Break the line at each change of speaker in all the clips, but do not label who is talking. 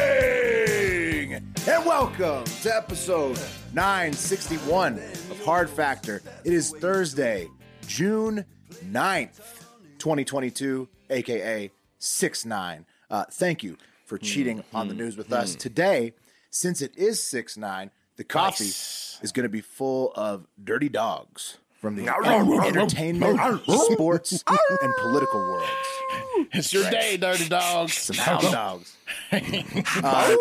morning and welcome to episode 961 of hard factor it is thursday june 9th 2022 aka 6-9 uh, thank you for cheating on the news with us today since it is 6-9 the coffee is going to be full of dirty dogs from the entertainment sports and political worlds
It's your day, dirty dogs.
some hound dogs. Uh,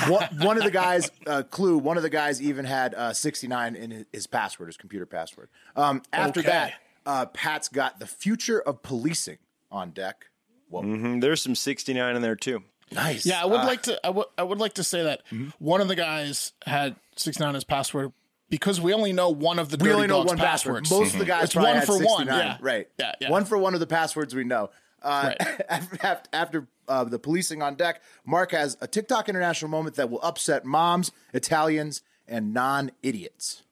one, one of the guys, uh, Clue, one of the guys even had uh, 69 in his, his password, his computer password. Um, after
Okay.
that, uh, Pat's got the future of policing on deck.
Mm, There's some 69 in there too.
Nice.
Yeah, I would
Uh,
like to. I would. I would like to say that
Mm-hmm.
one of the guys had six nine as password because we only know one of the
we
dirty
only know
dogs
one password.
passwords. Mm-hmm.
Most of the guys
It's
probably
one
had
for one.
69.
Yeah.
Right.
Yeah, yeah.
One for one of the passwords we know. Uh,
Right.
after after uh, the policing on deck, Mark has a TikTok international moment that will upset moms, Italians, and non idiots.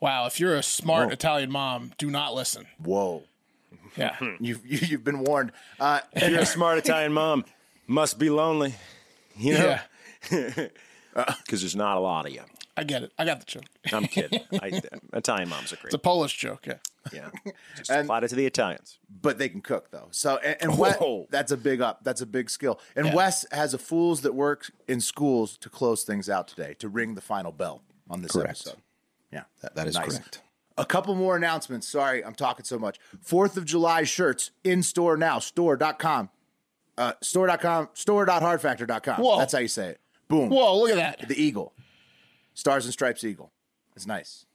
Wow, if you're a smart Italian mom, do not listen.
Whoa.
Yeah,
You've you, you've been warned. Uh,
If you're a smart Italian mom, must be lonely, you know,
yeah.
because there's not a lot of you.
I get it. I got the joke. It's
I'm kidding. I, Italian moms are great.
a Polish joke. Yeah.
yeah, just applied it to the Italians.
but they can cook though. So and, and Wes,
Whoa.
that's a big up. That's a big skill. And Wes has a fools that works in schools to close things out today to ring the final bell on this episode. Yeah,
That is
Nice.
correct.
A couple more announcements. Sorry, I'm talking so much. Fourth of July shirts in store now. Store.com. Uh, store.com. Store.hardfactor.com.
Whoa.
That's how you say it. Boom.
Whoa, look at that.
The eagle. Stars and stripes eagle. It's nice.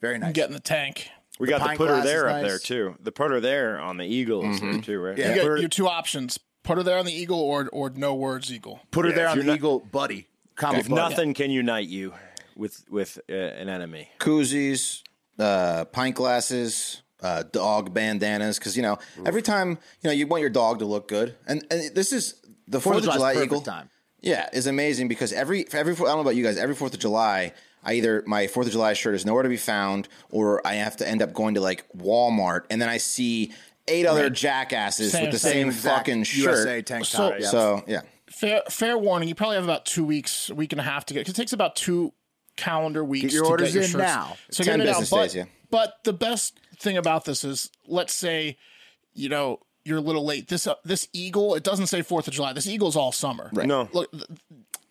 Very nice.
Get in the tank.
We
The
got
pint
the putter
glass
there
is
up there
nice.
too. The putter there on the eagle is there too, right?
Yeah.
You got
Putter-
your two options: put her there on the eagle, or or no words eagle.
Put her
Yeah,
there
if
on the
you're not-
eagle, buddy. Comma
if
buddy.
nothing can unite you with with uh, an enemy,
Koozies, uh, pint glasses, uh, dog bandanas. Because you know, every time you know you want your dog to look good, and, and this is the Fourth, of
July's
July
perfect
eagle
time.
Yeah, is amazing because every for every I don't know about you guys, every Fourth of July, I either my Fourth of July shirt is nowhere to be found, or I have to end up going to like Walmart, and then I see eight other jackasses
Same-
with the
same
same,
exact
fucking shirt.
USA tank
So-
top. yeah.
So yeah,
Fair, fair warning. You probably have about two weeks, a week and a half to get. 'cause it takes about two calendar weeks.
your
to
orders
get your
in
shirts.
now.
So
10
get it out.
business
But,
days, yeah.
but the best thing about this is, let's say, you know, you're a little late. This uh, this eagle, it doesn't say Fourth of July. This eagle's all summer. Right.
no,
Look, th-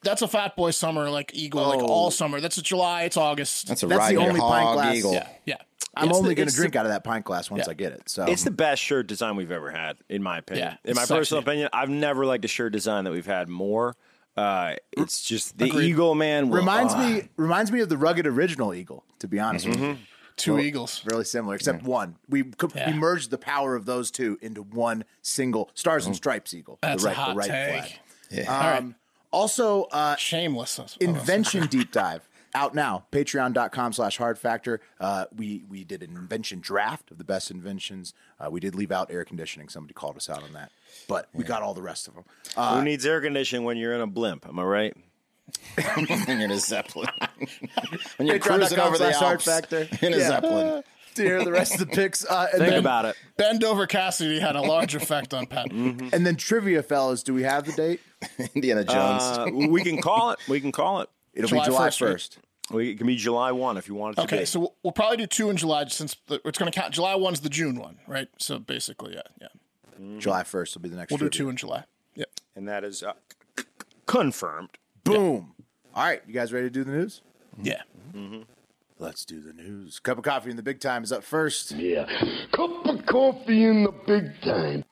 that's a fat boy summer, like eagle, like all summer. That's July. It's August.
that's a
That's
ride
the
your
only pint
hog
glass-
eagle.
yeah, yeah.
I'm
It's
only
the-
going to
it's
drink out of that pint glass once
Yeah.
I get it. So
it's the best shirt design we've ever had, in my opinion.
Yeah,
in my
it's sexy.
personal opinion, I've never liked a shirt design that we've had more. Uh, it's just the eagle man will-
reminds
uh,
me reminds me of the rugged original eagle. To be honest, with you.
the two eagles.
really similar, except one. We co-
Yeah.
we merged the power of those two into one single stars and stripes eagle.
That's
the
a
right,
hot
the right
take.
flag.
All right.
Um, also, uh,
Shameless. That's- oh, that's-
invention deep dive out now patreon.com slash hard factor uh, we we did an invention draft of the best inventions uh, we did leave out air conditioning somebody called us out on that but we got all the rest of them uh,
Who needs air conditioning when you're in a blimp? Am I right?
when you're in a zeppelin. when you're
Patreon.com
cruising over the
slash Art
Alps
Factor.
in a
Yeah.
zeppelin.
to hear the rest of the picks uh, and,
Think
then,
about it.
Bend over Cassidy had a large effect on Pat.
and then trivia fellas do we have the date
Indiana Jones.
Uh, we can call it. We can call it.
it'll
July
be july
1st, right?
1st
We, it can be July one if you want it to
Okay,
be.
so we'll, we'll probably do two in July since the, it's going to count. July one's the June one, right? So basically, yeah, yeah,
july 1st will be the next
we'll do
trivia.
two in July. Yeah,
and that is uh, c- confirmed.
boom all right you guys ready to do the news
yeah.
let's do the news cup of coffee in the big time is up first
Yeah. Cup of coffee in the big time.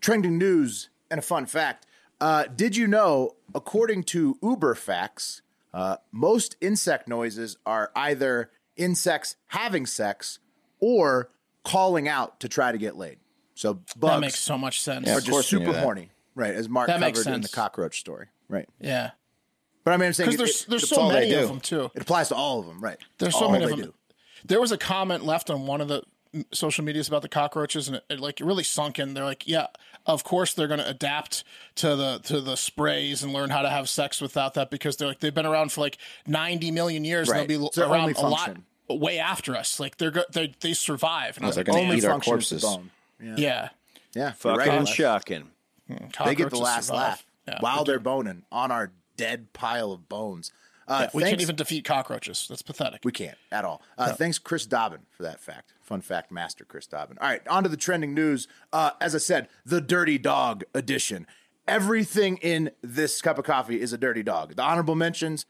trending news and a fun fact. Uh, did you know, according to Uber Facts, uh, most insect noises are either insects having sex or calling out to try to get laid. So bugs
That makes so much sense.
are
Yeah.
Of
just
course we knew
super
that.
horny, right? As Mark
That
covered
makes
in the
sense.
cockroach story, right? But I mean, I'm saying
Because
it-
there's
it-
there's
it's
so
all they
many
do.
of them too.
It applies to all of them, right?
There's
All
so many
they
of them.
do.
There was a comment left on one of the mm, social medias about the cockroaches, and it, it, like really sunk in. They're like, yeah, of course they're going to adapt to the to the sprays and learn how to have sex without that because they're like they've been around for like 90 million years
Right.
and they'll be
It's their only
around a lot
function.
way after us. Like they're go- they they survive. And I was
They're
like,
going to
Only
eat our
function is the
corpses.
bone.
yeah,
Yeah, you're right,
Fucking
Alex.
shocking.
They get the
cockroaches
last
survive.
laugh
Yeah.
while they're boning on our dead pile of bones. Uh,
we can't
thanks-
even defeat cockroaches. That's pathetic.
We can't at all. Uh, Thanks, Chris Dobbin, for that fact. Fun fact, master Chris Dobbin. All right, on to the trending news. Uh, as I said, the Dirty Dog edition. Everything in this cup of coffee is a dirty dog. The honorable mentions,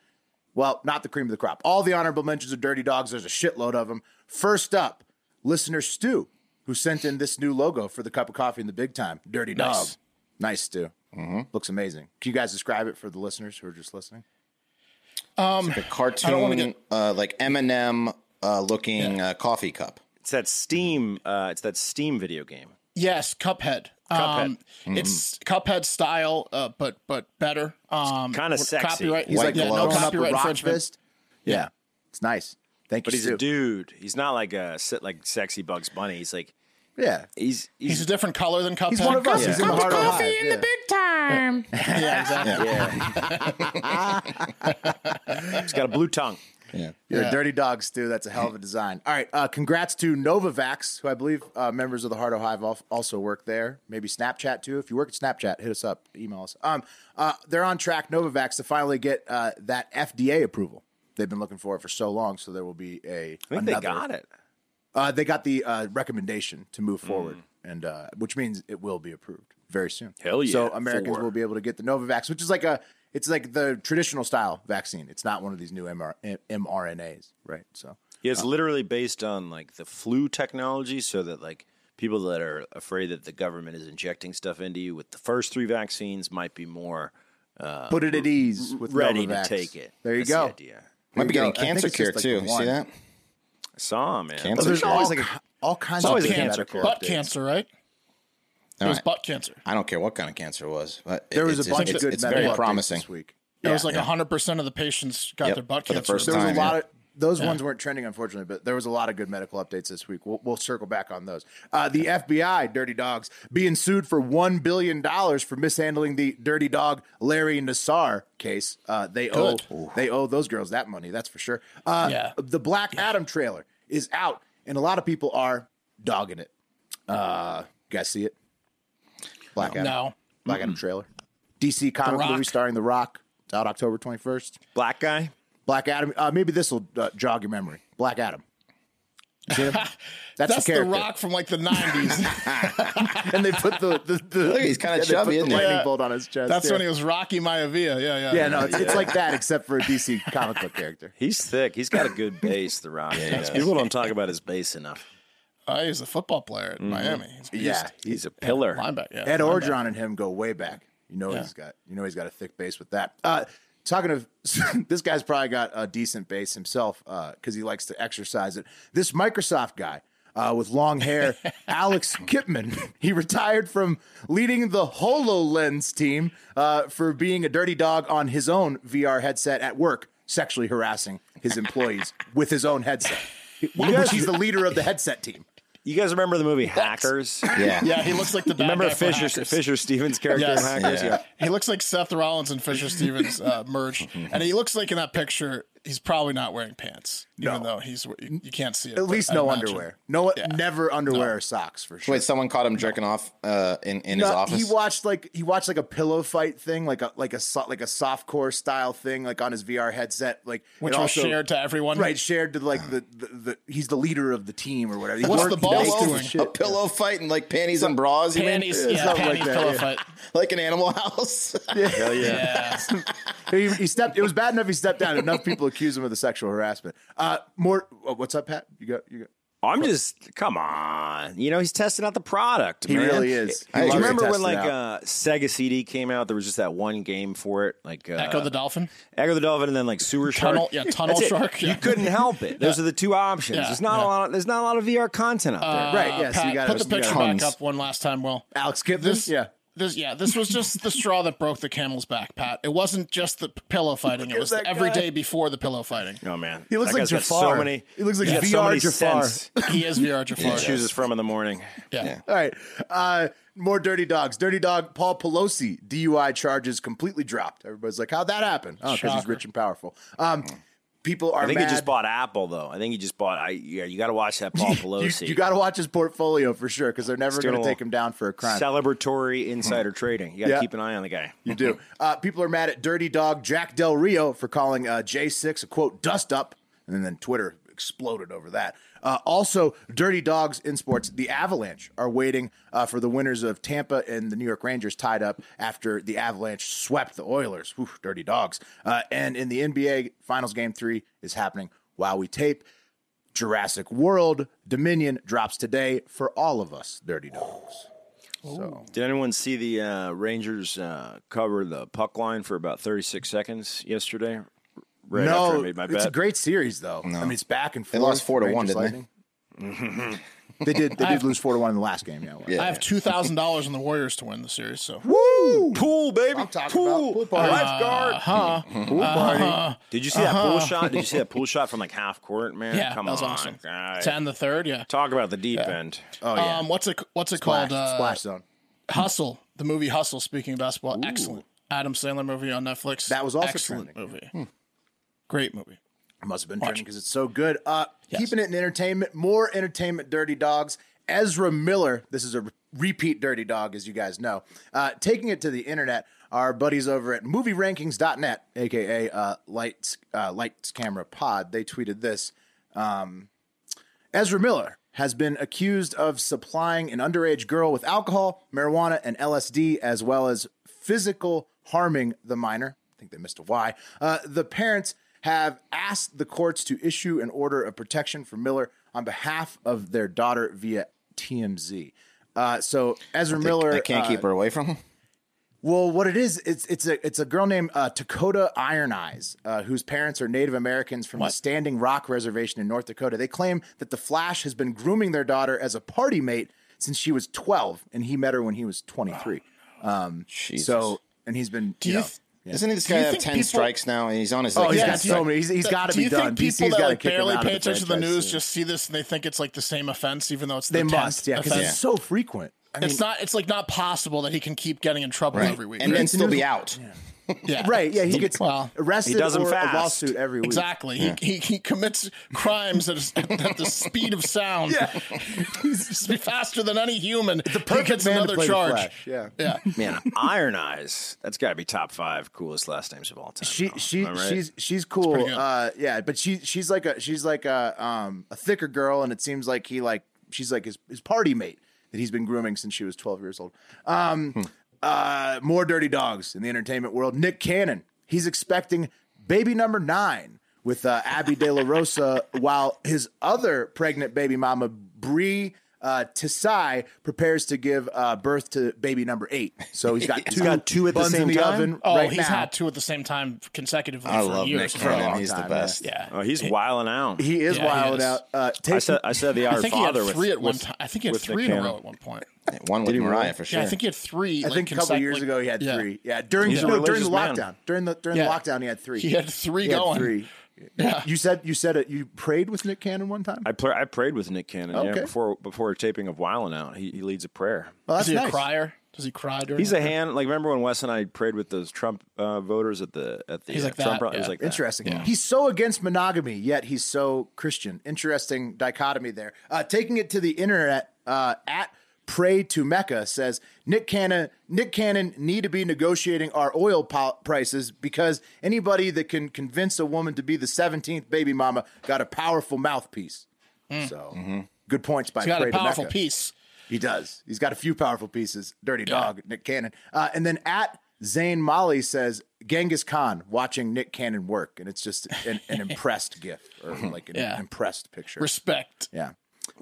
well, not the cream of the crop. All the honorable mentions are dirty dogs. There's a shitload of them. First up, listener Stu, who sent in this new logo for the cup of coffee in the big time. Dirty dog.
Nice.
Nice, Stu. Mm-hmm. Looks amazing. Can you guys describe it for the listeners who are just listening?
The
wanna
cartoon,
get-
uh, like Eminem uh, looking uh, coffee cup.
It's that Steam. Uh, it's that Steam video game.
Yes, Cuphead. Um, It's Cuphead style, uh, but but better. Um,
kinda
with
sexy.
Copyright.
He's like
yeah, no
gloves.
blowing up a
copyright
rock
infringement.
fist. Yeah. it's nice. Thank
But
you.
he's
Stu.
a dude. He's not like a se- like sexy Bugs Bunny. He's like
Yeah,
he's he's,
He's a different color than Cuphead.
he's one of us.
Yeah.
He's in the
Cup
heart of
coffee
Hive,
in
yeah.
the big time.
Yeah, exactly.
he's got a blue tongue.
You're a dirty dog, Stu. That's a hell of a design. All right, uh, congrats to Novavax, who I believe uh, members of the Heart of Hive al- also work there. Maybe Snapchat too. If you work at Snapchat, hit us up, email us. Um, uh, they're on track, Novavax, to finally get uh, that FDA approval they've been looking for it for so long. So there will be a.
I think
another,
they got it.
Uh, they got the uh, recommendation to
Mm.
move forward, and uh, which means it will be approved very soon.
Hell yeah,
So Americans
four.
will be able to get the Novavax, which is like a it's like the traditional style vaccine. It's not one of these new MR, mRNAs, right? So
Yeah, it's literally based on like the flu technology, so that like people that are afraid that the government is injecting stuff into you with the first three vaccines might be more
put it at ease with
Uh, ready
Novavax.
to take it.
There you
That's
go.
The idea.
There
Might be
you go.
getting
I think
cancer
it's
cure
just like
too.
the
You
one.
see that?
I saw man.
Cancer
Well, there's
cure.
always like all kinds
always
of
a
cancer,
medical
butt
updates.
cancer, right?
All
It was
right.
butt cancer.
I don't care what kind of cancer it was, but it-
There was a
it's,
bunch
it's,
of good
it's
medical
very
updates
promising.
this week.
it was like hundred percent of the patients got
Yep,
their butt
for the
cancer.
first
There was a
time,
lot
yeah.
of those ones weren't trending, unfortunately, but there was a lot of good medical updates this week. We'll, we'll circle back on those. Uh, the FBI, Dirty Dogs, being sued for one billion dollars for mishandling the Dirty Dog Larry Nassar case. Uh, they
Good.
owe they owe those girls that money, that's for sure. Uh,
Yeah.
The Black Adam trailer is out, and a lot of people are dogging it. Uh, you guys see it? Black Adam.
No,
Black Adam trailer. DC comic
Rock.
movie starring The Rock. It's out October twenty first.
Black guy.
Black Adam. Uh, maybe this will uh, jog your memory. Black Adam. You seen him? That's,
that's
the
the
character.
Rock from like the nineties.
And they put the the, the
at, he's kinda
yeah, they put
chubby,
the
isn't he?
lightning
Yeah.
bolt on his chest.
that's
yeah.
when he was Rocky Maivia. Yeah, yeah,
Yeah, no, it's, it's like that except for a DC comic book character.
He's thick. He's got a good base. The Rock. does. People don't talk about his base enough.
Uh, he was a football player
Mm-hmm.
at Miami. He's a
Yeah,
He's a pillar.
linebacker. Yeah,
Ed
linebacker.
Orgeron and him go way back. You know he's got. You know he's got a thick base with that. Uh, talking of this guy's probably got a decent base himself because he likes to exercise it. This Microsoft guy uh, with long hair, Alex Kipman, he retired from leading the Hololens team uh, for being a dirty dog on his own VR headset at work, sexually harassing his employees with his own headset. Which he's the leader of the headset team.
You guys remember the movie Hackers?
Yeah.
Yeah, he looks like the bad
Remember
guy from
Fisher
Hackers.
Fisher Stevens character
Yes.
in Hackers?
Yeah.
He looks like Seth Rollins and Fisher Stevens uh, merged,
Mm-hmm.
and he looks like in that picture he's probably not wearing pants, even
No.
though he's you, you can't see it.
At
but
least
I
no
imagine-
underwear. No,
Yeah.
never underwear or socks for sure.
Wait, someone caught him jerking off uh, in in his
No,
office.
He watched like he watched like a pillow fight thing, like a like a so- like a softcore style thing, like on his VR headset, like
which
it
was
also-
shared to everyone.
Right, shared to like the, the, the he's the leader of the team or whatever. He
What's
worked-
the balls
he
doing?
does shit.
a pillow fight and like panties and bras. You mean?
Panties,
Yeah.
yeah,
something like
panties
that,
pillow
yeah.
fight.
Like an Animal House.
Hell yeah.
Yeah.
He, he stepped. It was bad enough he stepped down. Enough people accused him of the sexual harassment. Uh, more. oh, what's up, Pat? You got you got.
I'm just come on. You know, he's testing out the product.
He
man.
really is. He
Do
loves
you
to
remember
test
when
it
like uh,
out.
Sega CD came out? There was just that one game for it, like uh,
Echo the Dolphin.
Echo the Dolphin, and then like Sewer
Tunnel-
Shark.
yeah, Tunnel
That's it.
Shark, yeah.
You couldn't help it. Those are the two options.
Yeah,
There's not
yeah. Uh,
a lot. Of, there's not a lot of VR content out there.
Right, yes,
Pat,
you got
put the picture
tons.
back up one last time, Will.
Alex Kipman?
This,
Mm, yeah.
This, yeah, this was just the straw that broke the camel's back, Pat. It wasn't just the p- pillow fighting; it was
that
every
guy.
day before the pillow fighting.
Oh man,
He looks
That
like
guy's got
Jafar.
So many.
He looks like
he's got
VR
so many
Jafar.
scents
He is VR
he
Jafar.
chooses from in the morning.
Yeah.
All right. Uh, more dirty dogs. Dirty dog Paul Pelosi DUI charges completely dropped. Everybody's like, "How'd that happen?" Oh, because he's
Shocker.
rich and powerful. Um, people are.
I think
mad.
he just bought Apple though. I think he just bought. I yeah, you got to watch that Paul Pelosi.
You, you got to watch his portfolio for sure because they're never
doing
going to
a
take
little
him down for a crime.
celebratory insider trading. You got to
Yeah.
keep an eye on the guy.
You do. Uh, people are mad at Dirty Dog Jack Del Rio for calling uh, J6 a quote dust up, and then Twitter exploded over that. Uh, also, Dirty Dogs in sports, the Avalanche are waiting uh, for the winners of Tampa and the New York Rangers tied up after the Avalanche swept the Oilers. Whew, dirty Dogs. Uh, and in the NBA Finals Game Three is happening while we tape. Jurassic World Dominion drops today for all of us, Dirty Dogs. So
Did anyone see the uh, Rangers uh, cover the puck line for about 36 seconds yesterday? Right after I made my
it's
bet.
a great series though. I mean, it's back and forth.
lost four to one,
Rangers,
didn't
Lightning. they did. They did lose four to one in the last game. Yeah. well.
I have two thousand dollars on the Warriors to win the series. So
pool, baby.
I'm talking about pool party.
Lifeguard. Uh-huh.
huh?
Did you see that pool shot? Did you see that pool shot from like half court, man?
Yeah,
Come
that was
on.
awesome.
guy.
Ten the third, yeah.
Talk about the deep end.
Oh yeah.
Um, what's it? What's it
Splash,
called? Uh,
Splash Zone.
Hustle, the movie Hustle. Speaking of basketball, excellent. Adam Sandler movie on Netflix.
That was also Hmm.
excellent movie. Great movie.
Must have been trending because it's so good. Uh, Keeping it in entertainment, more entertainment. Dirty Dogs. Ezra Miller. This is a re- repeat Dirty Dog, as you guys know. Uh, taking it to the internet. Our buddies over at MovieRankings.net, aka uh, Lights uh, Lights Camera Pod, they tweeted this. Ezra Miller has been accused of supplying an underage girl with alcohol, marijuana, and LSD, as well as physical harming the minor. I think they missed a Y. Uh, the parents have asked the courts to issue an order of protection for Miller on behalf of their daughter via TMZ. Uh, so Ezra Miller
I can't
uh,
keep her away from him.
well, what it is, it's it's a it's a girl named uh, Dakota Iron Eyes, uh, whose parents are Native Americans from the Standing Rock Reservation in North Dakota. They claim that the Flash has been grooming their daughter as a party mate since she was 12, and he met her when he was 23.
Jesus.
So, and he's been
Oh, Do
you
you
know,
th-
Doesn't this
Do
guy
you
have
think
ten
people-
strikes now, and he's on his?
Oh,
like,
he's
second
got
strike?
so many. He's, he's got to
Do
be
you
done.
think people
DC's
that
got to
like
kick him
barely
out
pay
of the
attention to the
franchise.
news just see this and they think it's like the same offense, even though it's the
They
10th
must, yeah, because
offense.
it's so frequent. I mean,
It's not. It's like not possible that he can keep getting in trouble
Right.
every week.
and then
right?
still be out.
yeah.
right? Yeah, he gets
Well,
arrested
he does them
or
fast.
a lawsuit every week.
Exactly. He, he he commits crimes at, at the speed of sound.
Yeah.
He's faster than any human. The
perfect
he gets
man to
another
play the
charge.
Flash, yeah.
Yeah.
Man, Iron Eyes. That's got to be top five coolest last names of all time.
she
though.
she
Am I right?
she's she's cool.
good.
Uh, yeah, but she she's like a she's like a um a thicker girl, and it seems like he like she's like his his party mate that he's been grooming since she was twelve years old. Um,
Hmm.
uh, more dirty dogs in the entertainment world. Nick Cannon, he's expecting baby number nine with uh, Abby De La Rosa, while his other pregnant baby mama Bree. Uh, Tisai prepares to give uh, birth to baby number eight, so he's got two,
got two at the
buns in
same
the
time?
oven
Oh,
right
he's
now.
had two at the same time consecutively
I
for
love Nick
years.
Cannon.
long
He's the
time,
best.
Yeah.
Oh, he's wiling out.
He is
Yeah, he
wild
is.
out. Uh,
I
take,
said. I said the
I
Iron
think he had
Father with
three at one
with-
time. I think he had
with Nick
three in a
Cannon.
row at one point.
One with Mariah
really?
for sure.
Yeah, I think he had three.
I think a couple years ago he had three. Yeah, during
He's a
no, during the
religious man.
lockdown. During the during
Yeah.
the lockdown, he had three.
He had three
He had
going.
three.
Yeah.
You said you said it. You prayed with Nick Cannon one time.
I, pla I prayed with Nick Cannon yeah,
Okay.
before before a taping of Wildin' Out. He, he leads a prayer.
well,
Is
that's
he
nice.
a crier? Does he cry during?
He's
the-
a hand. Like remember when Wes and I prayed with those Trump uh, voters at the at the
He's
uh,
like
Trump
that,
run? It was
yeah.
like that.
Interesting. He's so against monogamy, yet he's so Christian. Interesting dichotomy there. Uh, taking it to the internet, uh, at Pray to Mecca says Nick Cannon. Nick Cannon need to be negotiating our oil po- prices because anybody that can convince a woman to be the seventeenth baby mama got a powerful mouthpiece.
Hmm.
So
Mm-hmm.
good points by
He's got
Pray
a powerful
to Mecca.
piece.
He does. He's got a few powerful pieces. Dirty Dog, Nick Cannon. Uh, and then at Zane Molly says, Genghis Khan watching Nick Cannon work. And it's just an, an impressed gif or like an
Hmm, Yeah.
impressed picture.
Respect.
yeah.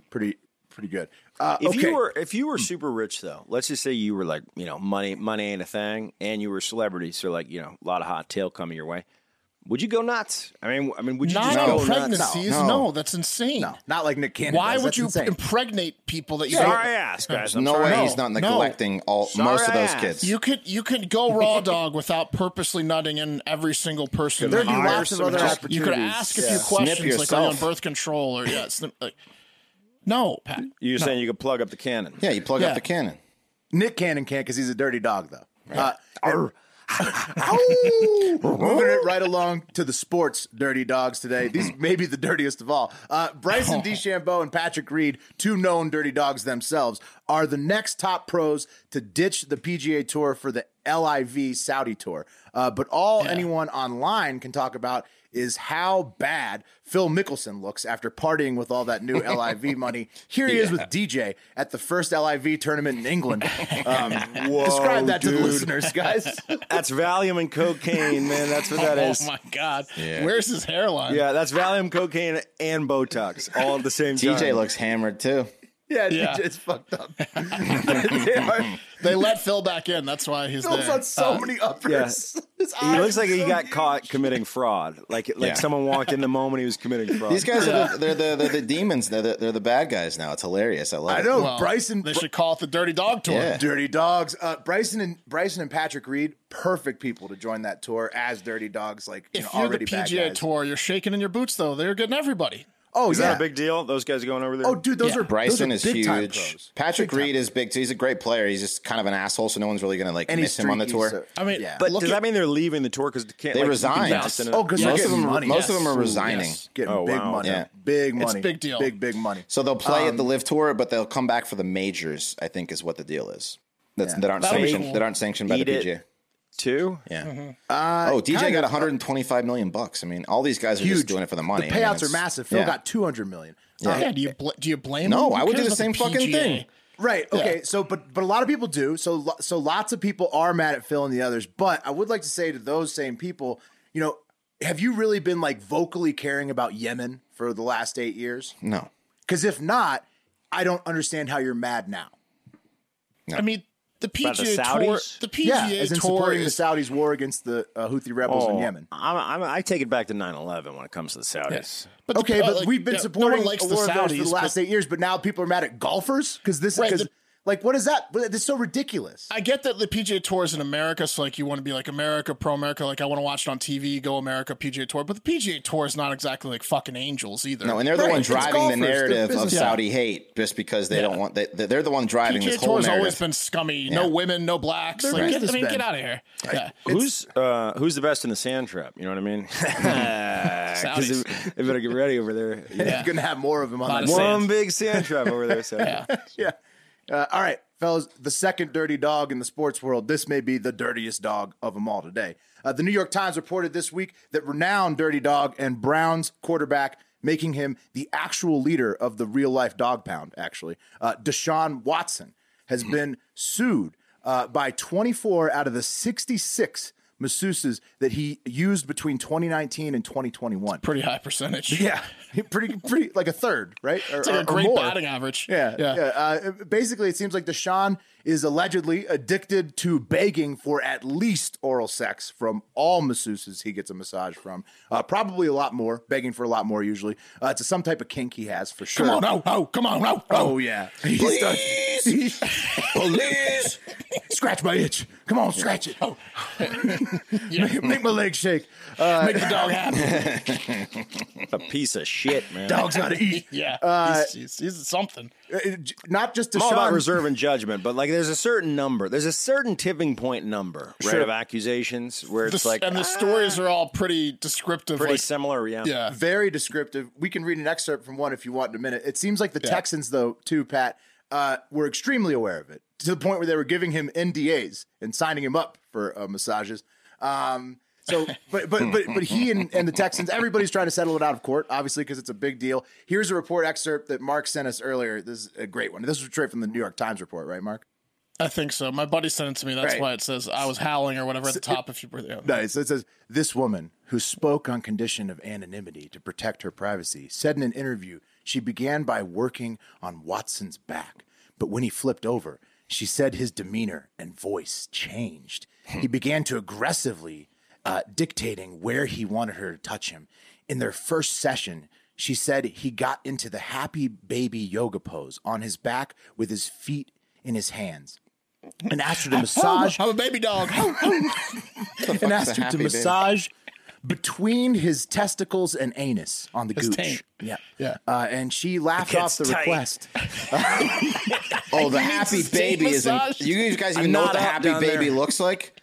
pretty pretty good. Uh,
If
okay.
you were if you were
Hmm.
super rich though, let's just say you were like you know money money ain't a thing, and you were a celebrity, so like you know a lot of hot tail coming your way. Would you go nuts? I mean, I mean, would you
Nine
just go nuts?
pregnancies?
No,
No,
no.
that's insane.
no, not like Nick Cannon.
Why
does.
would
That's
you
insane.
impregnate people that you?
Sorry,
don't-
I asked, guys. I'm
No
sorry.
way
No,
he's not
no.
neglecting all most of
I
those
asked.
kids.
You could you could go raw dog without purposely nutting in every single person.
There'd be
Hire
lots of
some
other
help.
opportunities.
You could ask a few
Yeah.
questions like are you on
yourself.
birth control or yeah. snip- like, no, Pat.
You're saying you could plug up the cannon?
yeah, you plug
Yeah.
up the cannon.
Nick Cannon can't because he's a dirty dog, though. Uh, and- Ow! Moving it right along to the sports dirty dogs today. These may be the dirtiest of all. Uh, Bryson DeChambeau and Patrick Reed, two known dirty dogs themselves, are the next top pros to ditch the PGA Tour for the LIV Saudi Tour. Uh, but all anyone online can talk about is how bad Phil Mickelson looks after partying with all that new LIV money. Here he is with DJ at the first LIV tournament in England. Um,
Oh,
describe that to the listeners, guys.
That's Valium and cocaine, man. That's what that is.
Oh my god. Where's his hairline?
Yeah, that's Valium, cocaine, and Botox all at the same time.
DJ looks hammered too.
Yeah,
Yeah.
it's fucked up. they are
They let Phil back in. That's why he's
built
there.
on so
Uh,
many uppers. His
He
eyes
looks
are
like he
so
got
huge.
caught committing fraud. Like like
Yeah.
someone walked in the moment he was committing fraud.
These guys are the, they're, the, they're the demons. They're the, they're the bad guys now. It's hilarious. I love
I
it.
know
well,
Bryson.
They should call it the Dirty Dog Tour.
Yeah.
Dirty Dogs. Uh, Bryson and Bryson and Patrick Reed, perfect people to join that tour as Dirty Dogs. Like you
If
know,
you're the
already bad
PGA
guys.
Tour, you're shaking in your boots though. They're getting everybody.
Oh
is
yeah,
that a big deal? Those guys going over there?
oh dude, those
Yeah.
are
Bryson
those
is
are big time
huge.
pros.
Patrick
Big time
Reed is big too. He's a great player. He's just kind of an asshole, so no one's really gonna like
And he's
miss him on the
streaky,
tour.
so-
I mean,
Yeah.
but
look
does
at-
that mean they're leaving the tour because they can't? like,
They
you can
resigned.
bounce in and-
Oh, because
Most
most of them, money.
Most
Yeah.
of them are
Yes.
resigning.
Yes.
getting
Oh,
big
wow.
money,
Yeah.
big money,
big deal.
big big money.
So they'll play at the
um,
live tour, but they'll come back for the majors. I think is what the deal is. That's, That aren't
That'll be
sanctioned.
cool.
That aren't sanctioned by the
Eat it.
PGA.
too.
Yeah. oh, DJ
Uh, kinda-
got 125 million bucks. I mean, all these guys are just doing it for the money. I
The
mean,
payouts
it's-
are massive. Phil
yeah.
got two hundred million.
yeah. do you bl- do you blame? them?
No,
Who
I would do
cares
the same
about
fucking
PGA?
thing.
Right. Okay. So, but but a lot of people do. So lo- so lots of people are mad at Phil and the others. But I would like to say to those same people, you know, have you really been like vocally caring about Yemen for the last eight years?
Hmm.
No.
Because if not, I don't understand how you're mad now.
I mean, the PGA
the
Tour,
Saudis?
the PGA
yeah, as in
Tour
supporting the
is
Saudis' war against the uh, Houthi rebels
Oh,
in Yemen.
I'm, I'm, I take it back to 9/11 when it comes to the Saudis.
But the-
Okay,
uh,
but
like,
we've been
yeah, no
supporting
one likes
a
the
war of those for the
Saudis,
last
but-
eight years, but now people are mad at golfers because this
Right,
because
the-
like what is that? This is so ridiculous.
I get that the PGA Tour is in America, so like you want to be like America, pro America, like I want to watch it on TV, go America, PGA Tour. But the PGA Tour is not exactly like fucking angels either.
No, and they're the
Right,
one
it's
driving
golfers,
the
they're
narrative of
business-
Saudi hate just because they don't want. They, they're the one driving
PGA
this
Tour
whole
has always
narrative.
been scummy. No women, no blacks.
They're
Like, get,
racist,
I mean,
Ben.
get out of here. Yeah.
Who's uh, who's the best in the sand trap? You know what I mean? 'Cause
Saudis.
they, they better get ready over there. Yeah.
You're gonna have more of them on
Lot
that
of
show.
sand.
One big sand trap over there. So.
yeah. Uh, all right, fellas, the second dirty dog in the sports world. This may be the dirtiest dog of them all today. Uh, the New York Times reported this week that renowned dirty dog and Browns quarterback, making him the actual leader of the real life dog pound, actually, uh, Deshaun Watson, has
Hmm.
been sued uh, by 24 out of the 66 masseuses that he used between 2019 and 2021.
Pretty high percentage.
Yeah, pretty, pretty like a third, right? Or,
It's like
or-
a
or
great
more.
batting average.
Yeah, yeah.
Yeah.
Uh, basically, it seems like Deshaun is allegedly addicted to begging for at least oral sex from all masseuses he gets a massage from. Uh, probably a lot more, begging for a lot more usually. Uh, it's some type of kink he has for sure.
Come on, no, oh, come on, no,
Oh
oh.
yeah, He's done-
Please,
scratch my itch. Come on, scratch it. Oh. make, make my legs shake.
Make the dog happy.
A piece of shit, man.
Dog's gotta eat.
yeah. he's, he's, he's something.
Uh, j- Not just
I'm all about
Deshaun.
reserve and judgment, but like there's a certain number, there's a certain tipping point number, right,
Sure.
of accusations where it's
The,
like
and the
ah,
stories are all pretty descriptive.
pretty
like,
similar, yeah.
yeah.
very descriptive. We can read an excerpt from one if you want in a minute. It seems like the
Yeah.
Texans, though, too, Pat, uh, were extremely aware of it to the point where they were giving him NDAs and signing him up for uh, massages. Um, so, but but but but he and, and the Texans, everybody's trying to settle it out of court, obviously, because it's a big deal. Here's a report excerpt that Mark sent us earlier. This is a great one. This was straight from the New York Times report, right, Mark?
I think so. My buddy sent it to me. That's
Right.
why it says I was howling or whatever at the top. If you were there,
Nice. It says this woman who spoke on condition of anonymity to protect her privacy said in an interview She began by working on Watson's back, but when he flipped over, she said his demeanor and voice changed. he began to aggressively uh, dictating where he wanted her to touch him. In their first session, she said he got into the happy baby yoga pose on his back with his feet in his hands and asked her to massage
I'm a baby dog.
and asked
Fuck's a
her to
happy baby.
massage between his testicles and anus on the gooch.
taint.
Yeah,
Yeah.
Uh, and she laughed off
gets
the
tight.
request.
Oh, the happy
to take
baby is. In,
massage.
you guys even
I'm
know
not
what the
up
happy
down
baby
there.
looks like?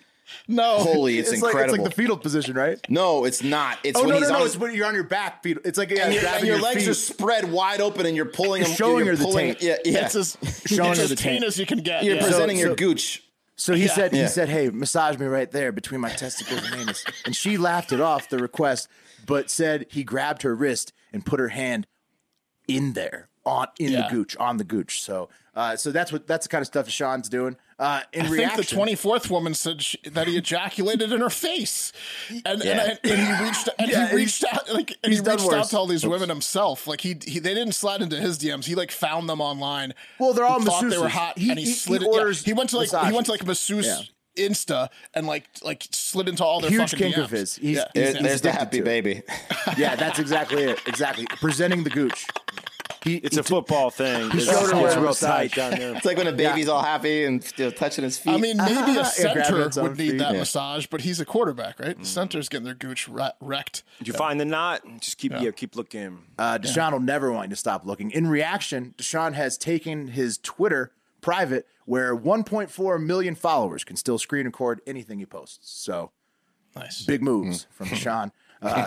no.
Holy, it's,
like
incredible.
it's like the fetal position, right?
no, it's not. It's
Oh
when
no,
he's
no, no!
on.
It's when you're on your back, fetal. It's like yeah,
and your,
grabbing
and your legs
feet.
are spread wide open, and you're pulling them.
showing
you're
her the
pulling,
taint.
Yeah, yeah.
It's as,
Showing
it's
her
as
the
keen
taint.
as you can get.
you're
yeah.
presenting
so-
your gooch.
So he said,
Yeah.
he said, hey, massage me right there between my testicles and anus. And she laughed it off the request, but said he grabbed her wrist and put her hand in there on in
Yeah.
the gooch on the gooch. So, uh, so that's what that's the kind of stuff Sean's doing. Uh, in
I
reaction,
think the twenty fourth woman said she, that he ejaculated in her face, and
Yeah.
and, I, and he reached and
Yeah,
he reached out like and he
he's done
reached
worse.
out to all these women himself. Like he, he they didn't slide into his DMs. He like found them online.
Well, they're all
thought they were
masseuses.
hot,
He-
and he,
he- he
slid. it- yeah,
orders
he went to like he
massages.
went to like masseuse Insta and like like slid into all their
Huge
fucking
kink of
DMs.
his. He's-
yeah.
There-
he's
there's the
addicted
happy
to it.
baby.
yeah, that's exactly it. Exactly presenting the gooch. He,
It's
he
a football thing. It's,
showed her
it's
where
real
it was
tight down there.
It's like when a baby's all happy and still touching his feet.
I mean, maybe a
Yeah, grabbing
center
its own
would need
feet.
that
Yeah. Mm.
massage, but he's a quarterback, right? The center's getting their gooch ra- wrecked.
Did you find the knot? Just keep yeah, keep looking.
Uh, Deshaun will never want you to stop looking. In reaction, Deshaun has taken his Twitter private, where 1.4 million followers can still screen record anything he posts. So
Nice.
big moves from Deshaun. Uh,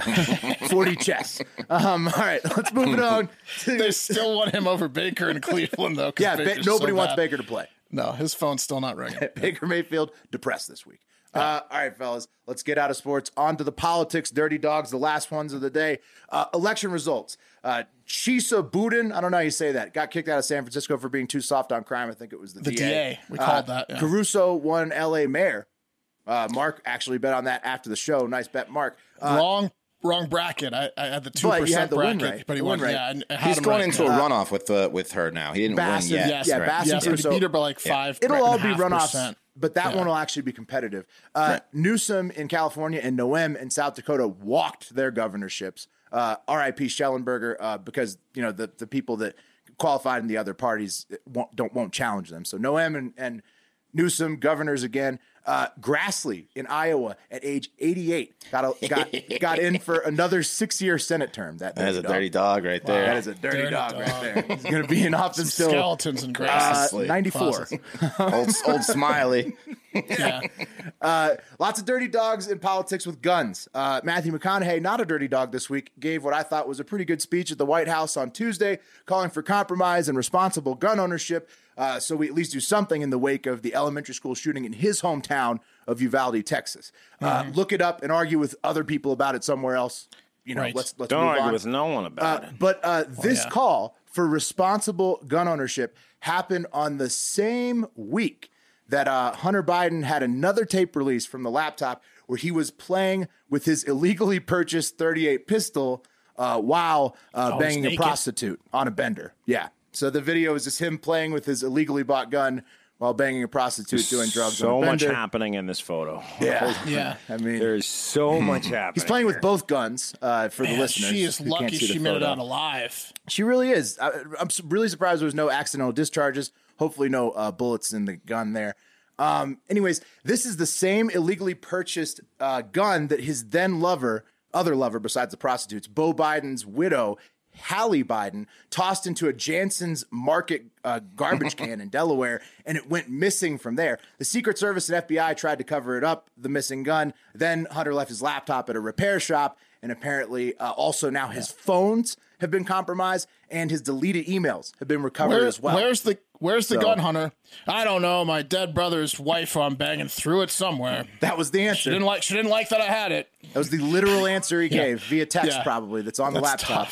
40 chess. Um, all right, let's move it on. to-
They still want him over Baker in Cleveland, though. 'cause
yeah, ba-
Baker's
nobody
so
wants
bad.
Baker to play.
No, his phone's still not ringing.
Baker Mayfield depressed this week. Uh, all right, fellas, let's get out of sports. On to the politics, dirty dogs, the last ones of the day. Uh, election results. Uh, Chisa Budin, I don't know how you say that, got kicked out of San Francisco for being too soft on crime. I think it was the, Uh,
The DA, we called that, yeah.
Caruso won LA mayor. Uh, Mark actually bet on that after the show. Nice bet, Mark. Uh,
wrong, wrong bracket. I, I had the two
But you had
percent
the win
bracket,
right.
but he
The
won.
win right.
Yeah, and I had
he's
him
going
right,
into
yeah.
a runoff with uh, with her now. He didn't
Bass
win
and-
yet.
Yes,
yeah,
right.
Bass and
yes, but
Caruso-
he beat her by like five.
It'll all be runoffs,
runoffs.
but that one will actually be competitive. Uh, Newsom in California and Noem in South Dakota walked their governorships. Uh, R.I.P. Schellenberger uh, because you know the the people that qualified in the other parties won't, don't won't challenge them. So Noem and, and Newsom governors again. Uh, Grassley in Iowa at age 88 got a, got got in for another six year Senate term. That
That is a
dirty dog.
dirty dog right there.
That is a dirty,
Dirty
dog,
dog.
right there. He's going to be in office till
Skeletons and
uh,
grasses.
94.
Process.
old old Smiley.
yeah.
Uh, Lots of dirty dogs in politics with guns. Uh, Matthew McConaughey, not a dirty dog this week, gave what I thought was a pretty good speech at the White House on Tuesday, calling for compromise and responsible gun ownership. Uh, so we at least do something in the wake of the elementary school shooting in his hometown of Uvalde, Texas. Uh,
Mm-hmm.
Look it up and argue with other people about it somewhere else. You know,
Right.
let's let's
Don't
move
argue
on.
with no one about it.
But uh, this
Oh, yeah.
call for responsible gun ownership happened on the same week that uh, Hunter Biden had another tape release from the laptop where he was playing with his illegally purchased 38 pistol uh, while uh,
he's
banging a
Oh, naked.
prostitute on a bender. Yeah. So the video is just him playing with his illegally bought gun while banging a prostitute doing drugs
So
on a
much
bender.
happening in this photo.
Yeah.
Yeah.
I mean,
There's so much happening.
he's playing with both guns uh, for the
Man,
listeners.
she is
who can't
lucky
see the
she made it
photo.
out alive.
She really is. I, I'm su- really surprised there was no accidental discharges. Hopefully, no uh, bullets in the gun there. Um, anyways, this is the same illegally purchased uh, gun that his then lover, other lover besides the prostitutes, Bo Biden's widow, Hallie Biden, tossed into a Jansen's Market uh, garbage can in Delaware, and it went missing from there. The Secret Service and FBI tried to cover it up, the missing gun. Then Hunter left his laptop at a repair shop, and apparently uh, also now his phones have been compromised and his deleted emails have been recovered
Where-
as well.
Where's the Where's the
So-
gun hunter? I don't know. My dead brother's wife. I'm banging through it somewhere.
that was the
She
answer.
didn't like. She didn't like that I had it.
That was the literal answer he gave via text,
Yeah.
probably. That's on the
That's
laptop.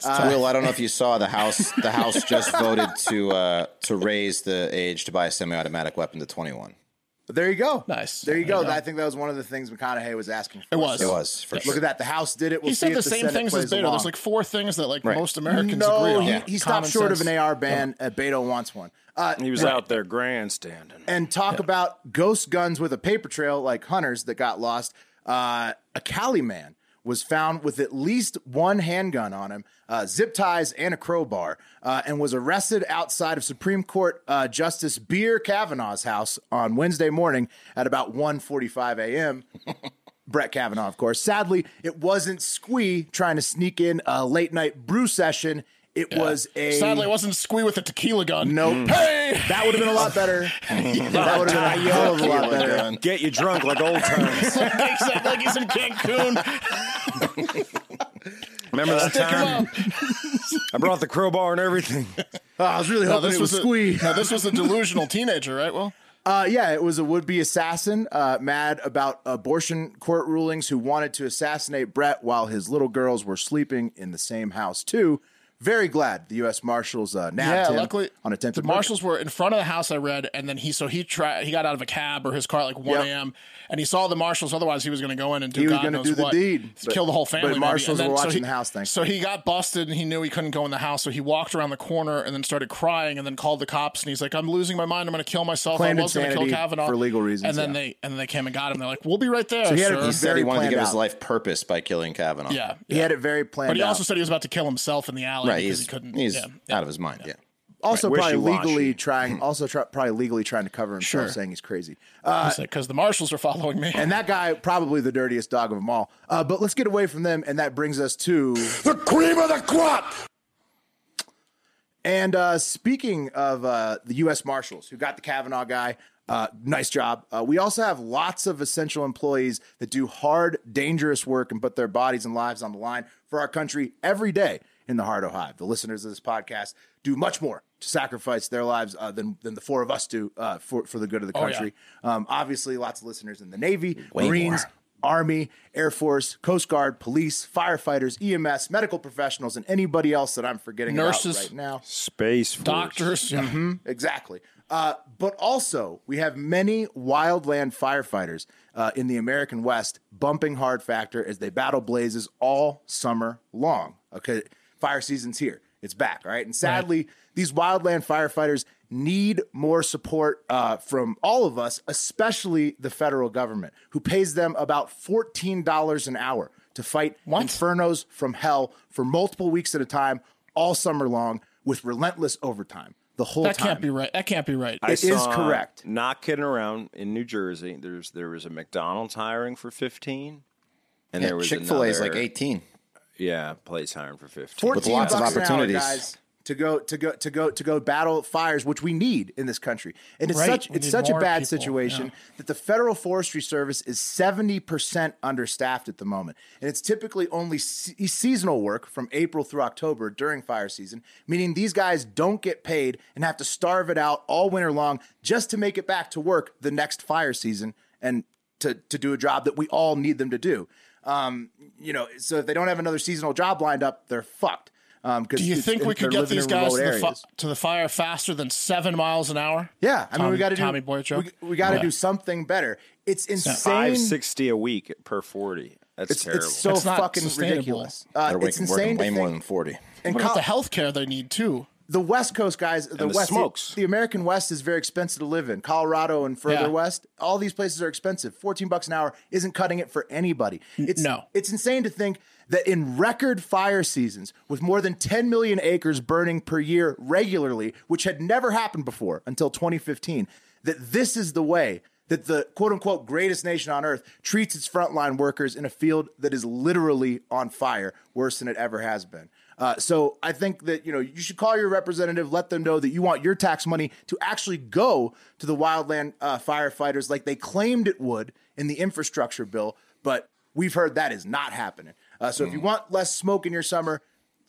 tough.
Will, I don't know if you saw the house. The house just voted to uh, to raise the age to buy a semi-automatic weapon to 21.
But there you go.
Nice.
There you
There
go.
you go.
I think that was one of the things McConaughey was asking for.
It was.
It was for
Look
sure.
at that. The House did it. We'll
he
see
said
if
the same
Senate
things as
plays
Beto.
along.
There's like four things that like
Right.
most Americans
no,
agree on.
he, he stopped
Common
short of
sense.
an AR ban. Uh, Beto wants one. Uh,
He was out there grandstanding.
and talk about ghost guns with a paper trail like hunters that got lost. Uh, a Cali man was found with at least one handgun on him, uh, zip ties, and a crowbar, uh, and was arrested outside of Supreme Court uh, Justice Beer Kavanaugh's house on Wednesday morning at about 1.45 a.m. Brett Kavanaugh, of course. Sadly, it wasn't Squee trying to sneak in a late night brew session. It was a
Sadly, it wasn't Squee with a tequila gun.
Nope.
Hey,
That would have been a lot better. that would have been a hell of a lot better.
Get you drunk like old times.
exactly like he's in Cancun.
Remember that time? I brought the crowbar and everything.
Oh, I was really
No,
hoping
this
it was,
was,
Squee.
a, no, this was a delusional teenager, right? Well,
Uh, yeah, it was a would-be assassin uh, mad about abortion court rulings who wanted to assassinate Brett while his little girls were sleeping in the same house too. Very glad the U.S. Marshals uh, nabbed
yeah.
him
Luckily,
on attempted
the marshals were in front of the house. I read, and then he so he tried. He got out of a cab or his car at like
Yep.
one a.m. and he saw the marshals. Otherwise, he was going to go in and do
He was
God
gonna
knows
do the
what,
deed, but-
kill the whole family. maybe.
marshals
And
were
so
watching
he-
the house thing.
So he got busted, and he knew he couldn't go in the house. So he walked around the corner and then started crying, and then called the cops. And he's like, "I'm losing my mind. I'm going to kill myself.
Claimed
I was going to kill
insanity
Kavanaugh
for legal reasons,
And then
yeah.
they and then they came and got him. They're like, "We'll be right there."
he had a-
sir."
He said
Very
he wanted to give
planned
his
out.
life purpose by killing Kavanaugh.
yeah,
He had it very planned
But he
out.
also said he was about to kill himself in the alley
Right.
because
He's,
he couldn't.
he's
yeah.
out of his mind. Yeah.
also probably
Wishy-washy.
legally trying, also try, probably legally trying to cover himself,
Sure.
saying he's crazy. Uh,
because the marshals are following me.
and that guy probably the dirtiest dog of them all. Uh, but let's get away from them, and that brings us to
The cream of the crop!
And uh, speaking of uh, the U.S. Marshals, who got the Kavanaugh guy, uh, nice job. Uh, we also have lots of essential employees that do hard, dangerous work and put their bodies and lives on the line for our country every day in the Heart of Hive. The listeners of this podcast do much more to sacrifice their lives uh, than, than the four of us do uh, for, for the good of the
Oh, yeah.
country. Um, obviously, lots of listeners in the Navy,
Way
Marines,
more.
Army, Air Force, Coast Guard, police, firefighters, EMS, medical professionals, and anybody else that I'm forgetting
Nurses.
about right now.
Space Force.
Doctors, yeah.
Exactly. Uh, but also, we have many wildland firefighters uh, in the American West bumping hard factor as they battle blazes all summer long. Okay, fire season's here. It's back, all right? And sadly, these wildland firefighters need more support uh, from all of us, especially the federal government, who pays them about $14 an hour to fight
What?
infernos from hell for multiple weeks at a time, all summer long, with relentless overtime the whole
that
time.
can't be right. That can't be right.
I
It is
saw,
correct.
Not kidding around in New Jersey. There's there was a McDonald's hiring for fifteen, and there was
Chick fil A is like
another-
18.
Yeah, place hiring for fifteen.
Fourteen
lots of
bucks an hour,
opportunities.
guys, to go to go to go to go battle fires, which we need in this country, and it's
Right,
such
we
it's
need
such a
more
bad
people,
situation
yeah.
that the federal forestry service is seventy percent understaffed at the moment, and it's typically only se- e-, seasonal work from April through October during fire season, meaning these guys don't get paid and have to starve it out all winter long just to make it back to work the next fire season and to to do a job that we all need them to do. Um, you know, so if they don't have another seasonal job lined up, they're fucked. Um,
Do you think we could get these guys to the,
areas.
fi- to the fire faster than seven miles an hour?
yeah, I mean, we
Tommy-
got to do
Tommy Boy joke.
We, got to
Yeah.
do something better. It's insane.
Five sixty a week per forty. That's
it's,
terrible.
it's so
It's not
fucking
sustainable.
ridiculous. Uh,
They're
it's
working, working
insane.
way
to
more
think-
than 40.
and
What about
co-
the health care they need too?
the West Coast guys, the,
the
West
smokes.
The American West is very expensive to live in. Colorado and further
Yeah.
west, all these places are expensive. Fourteen bucks an hour isn't cutting it for anybody. It's
no.
It's insane to think that in record fire seasons, with more than 10 million acres burning per year regularly, which had never happened before until 2015, that this is the way that the quote unquote greatest nation on earth treats its frontline workers in a field that is literally on fire worse than it ever has been. Uh, so I think that you know you should call your representative, let them know that you want your tax money to actually go to the wildland uh, firefighters, like they claimed it would in the infrastructure bill. But we've heard that is not happening. Uh, so if
Mm.
you want less smoke in your summer,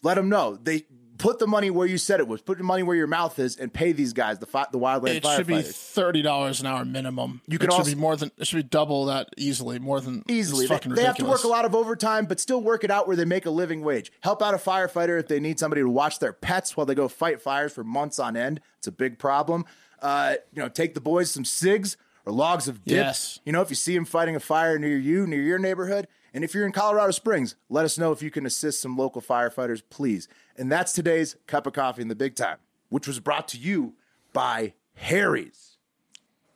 let them know. They put the money where you said it was. Put the money where your mouth is, and pay these guys the fi- the wildland
It should be
firefighters.
thirty dollars an hour minimum.
You can
it should
also-
be more than it should be double that easily. More than it's
Easily, they,
fucking
they have to
ridiculous.
work a lot of overtime, but still work it out where they make a living wage. Help out a firefighter if they need somebody to watch their pets while they go fight fires for months on end. It's a big problem. Uh, you know, take the boys some cigs, or logs of dip.
Yes.
You know, if you see them fighting a fire near you, near your neighborhood, and if you're in Colorado Springs, let us know if you can assist some local firefighters, please. And that's today's cup of coffee in the big time, which was brought to you by Harry's.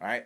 All right.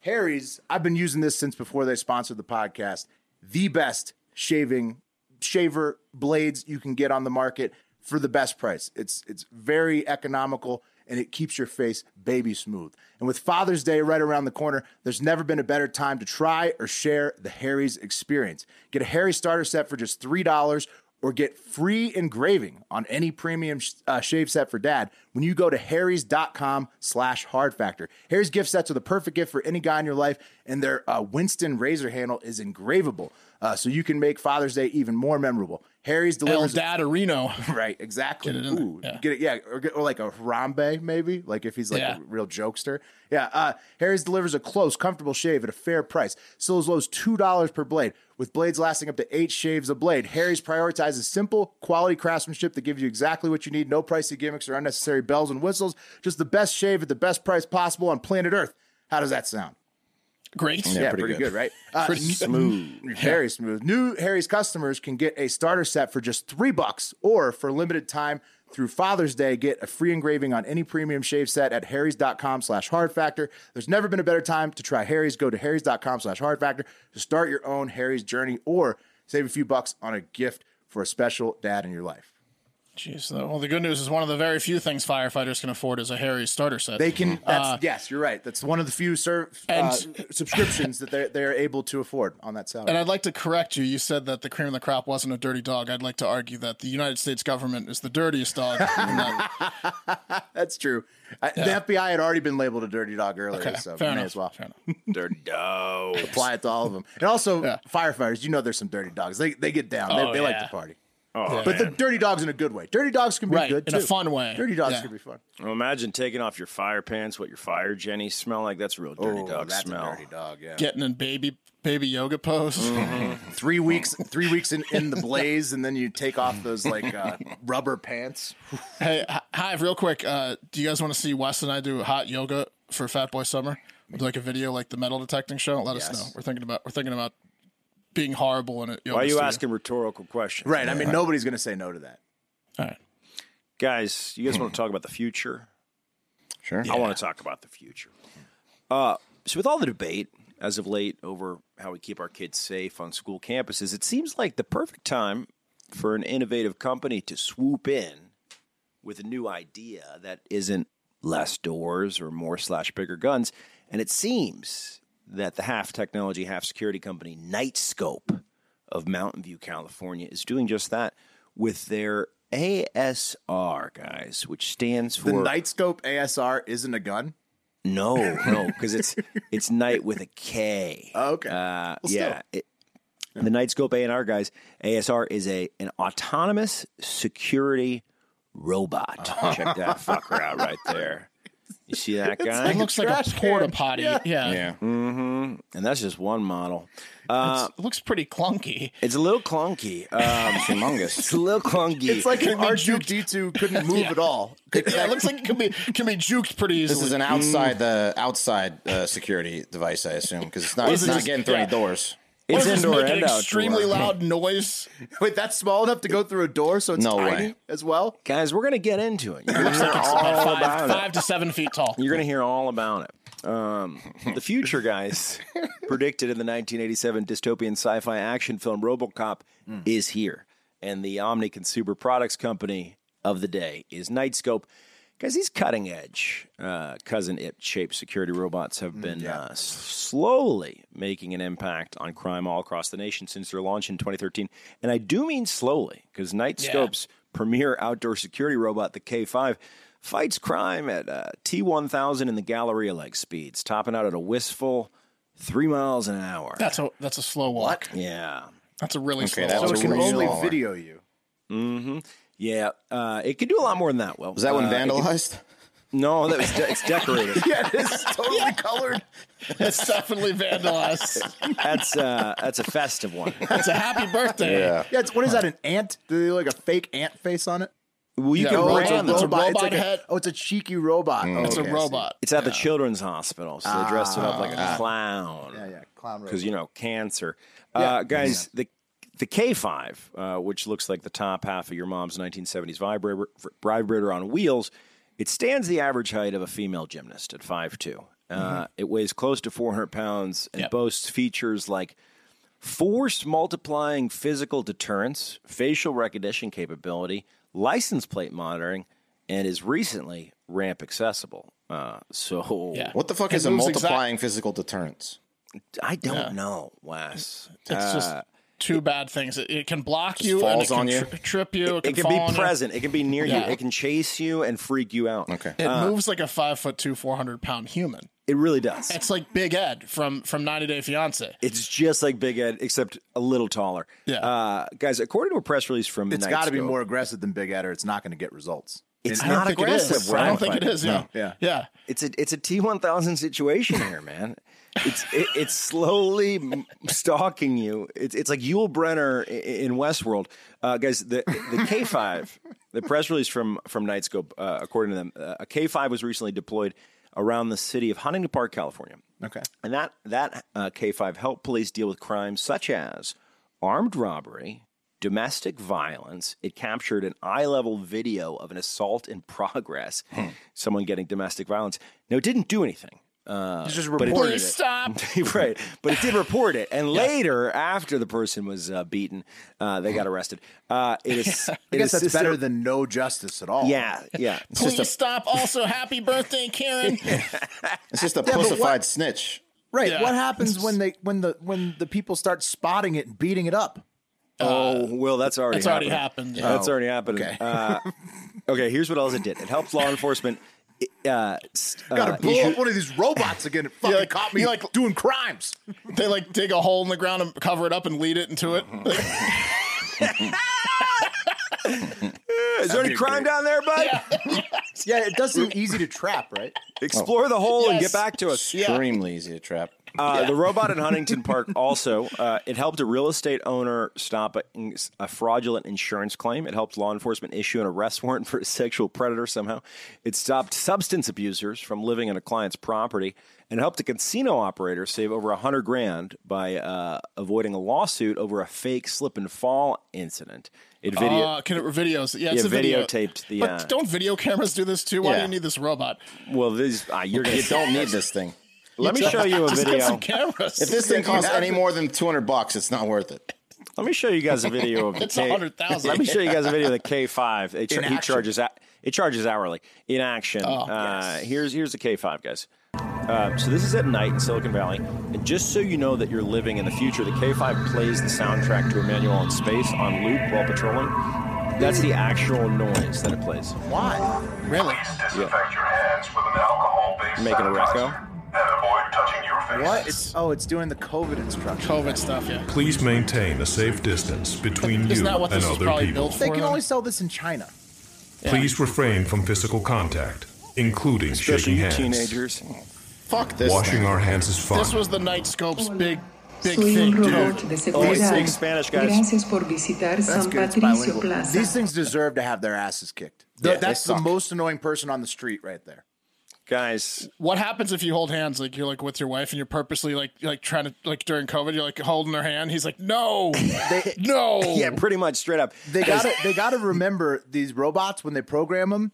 Harry's, I've been using this since before they sponsored the podcast. The best shaving shaver blades you can get on the market for the best price. It's it's very economical and it keeps your face baby smooth. And with Father's Day right around the corner, there's never been a better time to try or share the Harry's experience. Get a Harry starter set for just $3 or get free engraving on any premium sh- uh, shave set for dad when you go to harrys.com slash hard factor harry's gift sets are the perfect gift for any guy in your life and their uh, winston razor handle is engravable uh, so you can make father's day even more memorable harry's
El
delivers
Dadarino.
right exactly
Get it in there,
Ooh,
yeah.
get it yeah or, get, or like a harambe maybe like if he's like
Yeah.
a real jokester yeah uh, harry's delivers a close comfortable shave at a fair price still as low as $2 per blade with blades lasting up to eight shaves a blade harry's prioritizes simple quality craftsmanship that gives you exactly what you need no pricey gimmicks or unnecessary bells and whistles just the best shave at the best price possible on planet earth how does that sound
Great.
yeah,
pretty
pretty,
good.
good. right? Uh, pretty smooth. Very smooth. New Harry's customers can get a starter set for just three bucks, or for a limited time through Father's Day, get a free engraving on any premium shave set at harrys.com slash hard factor. There's never been a better time to try Harry's. Go to harrys.com slash hard factor to start your own Harry's journey or save a few bucks on a gift for a special dad in your life.
Jeez. though. Well, the good news is one of the very few things firefighters can afford is a Harry's starter set.
They can, that's, yes, you're right. That's one of the few ser- uh,
And-
subscriptions that they're, they're able to afford on that salary.
and I'd like to correct you. You said that the cream of the crop wasn't a dirty dog. I'd like to argue that the United States government is the dirtiest dog. and that-
That's true. I, The FBI had already been labeled a dirty dog earlier,
okay,
so
fair
may
enough.
as well
fair enough.
Dirty dog.
apply it to all of them. And also, firefighters, you know, there's some dirty dogs. They they get down. they
Oh,
they like
yeah.
to party,
Oh,
but
man.
the dirty dogs in a good way. Dirty dogs can be
Right,
good
in a
too.
fun way.
Dirty dogs
Yeah.
can be fun.
Well, imagine taking off your fire pants, what your fire jenny smell like. That's a real dirty
Oh,
dog
that's
smell.
a dirty dog. Yeah.
Getting in baby baby yoga pose.
Mm.
Three weeks, three weeks in, in the blaze, and then you take off those like uh, rubber pants.
Hey, Hi- Hive, real quick. Uh, do you guys want to see Wes and I do hot yoga for Fat Boy Summer? We'll do like a video, like the metal detecting show. Let us know. We're thinking about we're thinking about being horrible in a yoga
Why are you
studio.
asking rhetorical questions?
Right. I mean, nobody's gonna say no to that.
All right.
Guys, you guys want to talk about the future?
Sure.
I want to talk about the future. Uh, so, with all the debate as of late over how we keep our kids safe on school campuses, it seems like the perfect time for an innovative company to swoop in with a new idea that isn't less doors or more slash bigger guns. And it seems that the half technology, half security company Nightscope of Mountain View, California, is doing just that with their ASR, guys, which stands for
The night scope ASR isn't a gun.
no, no, because it's it's night with a K.
Oh, okay.
Uh, yeah. It- the Nightscope A and R guys ASR is a an autonomous security robot. Check that fucker out right there. You see that guy?
It looks like a
trash
porta
can.
potty. Yeah.
Yeah.
and that's just one model.
It's- it looks pretty clunky.
It's a little clunky. Um,
It's humongous.
it's a little clunky.
It's like an R two D two couldn't move at all.
yeah, it looks like it can be can be juked pretty easily.
This is an outside the outside uh, security device, I assume, because it's not
What
it's
is
not
mm. this?
getting through
Yeah.
any doors.
What
it's
does this
indoor
make
and
an extremely
outdoor.
loud noise.
Wait, that's small enough to go through a door, so it's
No
tiny
way.
as well.
Guys, we're gonna get into it. You're gonna
Looks like
hear
it's
all
about
about
five,
it.
five to seven feet tall.
You're going to hear all about it. Um, the future, guys, predicted in the 1987 dystopian sci fi action film Robocop is here. And the Omni Consumer Products Company of the day is Nightscope. Because these cutting edge, uh, cousin it shaped security robots have been uh, s- slowly making an impact on crime all across the nation since their launch in 2013. And I do mean slowly, because Nightscope's premier outdoor security robot, the K5, fights crime at uh, T1000 in the Galleria like speeds, topping out at a wistful three miles an hour.
That's a that's a slow walk.
yeah.
That's a really slow
that
walk.
So
was
it can
really
only
small.
video you.
Yeah. Uh, it could do a lot more than that, Will.
Was that one
Uh,
vandalized?
No, that was de- it's decorated.
Yeah, it's totally colored.
It's definitely vandalized.
That's, uh, that's a festive one.
It's a happy birthday.
Yeah, it's, what is that? An ant? Do they do like a fake ant face on it?
Well, you
Yeah,
can
oh,
run
it's a
on them.
little- robot
it's like
head.
A, oh, it's a cheeky robot. Oh,
It's
okay, I
a
see.
robot.
It's at the children's hospital, so they dressed it up like a clown.
Yeah, yeah, clown robot.
because you know cancer. Uh, guys, the the K5, uh, which looks like the top half of your mom's 1970s vibrator, vibrator on wheels, it stands the average height of a female gymnast at 5'2". Uh, It weighs close to 400 pounds and
Yep.
boasts features like force multiplying physical deterrence, facial recognition capability, license plate monitoring, and is recently ramp accessible. Uh, so
Yeah.
What the fuck
It
is a
moves exact-
multiplying physical deterrence?
I don't know, Wes.
It's just two bad things. It, it can block you
falls
and
on
it
you.
can tri- trip you. It,
it
can,
can
fall on
be
you.
present. It can be near
Yeah.
you. It can chase you and freak you out.
Okay.
It moves like a five foot two, four hundred pound human.
It really does.
It's like Big Ed from from 90 Day Fiance.
It's just like Big Ed, except a little taller.
Yeah.
Uh, guys, according to a press release from
It's
Night
got to be
Scope-
more aggressive than Big Ed, or it's not going to get results.
It's
I
not
don't think it is.
aggressive.
I don't
right?
think it is. Yeah.
Yeah.
Yeah.
It's a it's a T one thousand situation here, man. It's it, it's slowly m- stalking you. It's it's like Yul Brenner i- i- in Westworld, uh, guys. The the K five, the press release from from Nightscope, uh, according to them, uh, a K five was recently deployed around the city of Huntington Park, California.
Okay.
And that that uh, K five helped police deal with crimes such as armed robbery, domestic violence. It captured an eye level video of an assault in progress,
Hmm.
someone getting domestic violence. Now it didn't do anything. Uh,
It's just
but it-
reported
Please stop.
right, but it did report it, and later, after the person was uh, beaten, uh, they got arrested. Uh, it is,
Hmm. I
it
guess that's
assisted-
better than no justice at all.
Yeah, yeah.
Please stop. Also, happy birthday, Karen.
It's just a
but
pussified
what-
snitch.
Right.
Yeah.
What happens when they when the when the people start spotting it and beating it up? Uh,
Oh, well, that's already
It's already happened.
happened. Yeah, That's already happened.
okay.
Uh, okay, here's what else it did. It helped law enforcement. Uh, st- uh,
Got to blow
issue-
up one of these robots again. It fucking
like-
caught me
you're like-
doing crimes.
They like dig a hole in the ground and cover it up and lead it into it.
Uh-huh. Is there any crime down there, bud?
Yeah, it does seem easy to trap, right?
Explore the hole and
Yes.
get back to us.
Extremely easy to trap.
Uh, The robot in Huntington Park also uh, it helped a real estate owner stop a, a fraudulent insurance claim. It helped law enforcement issue an arrest warrant for a sexual predator. Somehow, it stopped substance abusers from living on a client's property and helped a casino operator save over a hundred grand by uh, avoiding a lawsuit over a fake slip and fall incident. It video.
Uh, can it videos? Yeah, it's
Yeah,
a video.
videotaped the,
But
uh,
don't video cameras do this too? Why do
Yeah.
you need this robot?
well, this uh, you're gonna
You don't need this thing.
Let me show you a
Just get
video.
some cameras.
If this thing costs any more than 200 bucks, it's not worth it.
Let me show you guys a video of the
It's a
K-
hundred thousand.
Let me show you guys a video of the K five. It,
In
char- he
action.
charges a- it charges hourly in action. uh, Here's here's the K five guys. Uh, so this is at night in Silicon Valley, and just so you know that you're living in the future, the K five plays the soundtrack to Emmanuel in Space on loop while patrolling. That's the actual noise that it plays.
Why?
really?
Please disinfect your hands with an alcohol-based
Make it a
sanitizer
reco?
and avoid touching your face.
What? It's oh, it's doing the COVID instruction.
COVID stuff. Yeah.
Please maintain a safe distance between
Isn't
you
that what
and
this was
other
probably
people.
built for?
They can
then?
only sell this in China.
Please refrain from physical contact, including
Especially
shaking
you
hands.
teenagers.
Fuck this.
Washing
thing.
our hands is fine.
This was the Night Scope's big, big
Soy
thing,
un robot
dude.
de
Always
seguridad.
speak Spanish, guys.
Gracias por visitar
That's
San
good. It's
Patricio
bilingual.
Plaza.
These things deserve to have their asses kicked. Th-
Yeah, they
that's the
suck.
most annoying person on the street right there.
Guys,
What happens if you hold hands? Like you're like with your wife and you're purposely like like trying to like during COVID you're like holding her hand. He's like, no, no.
yeah, pretty much straight up.
They got to they got to remember these robots when they program them.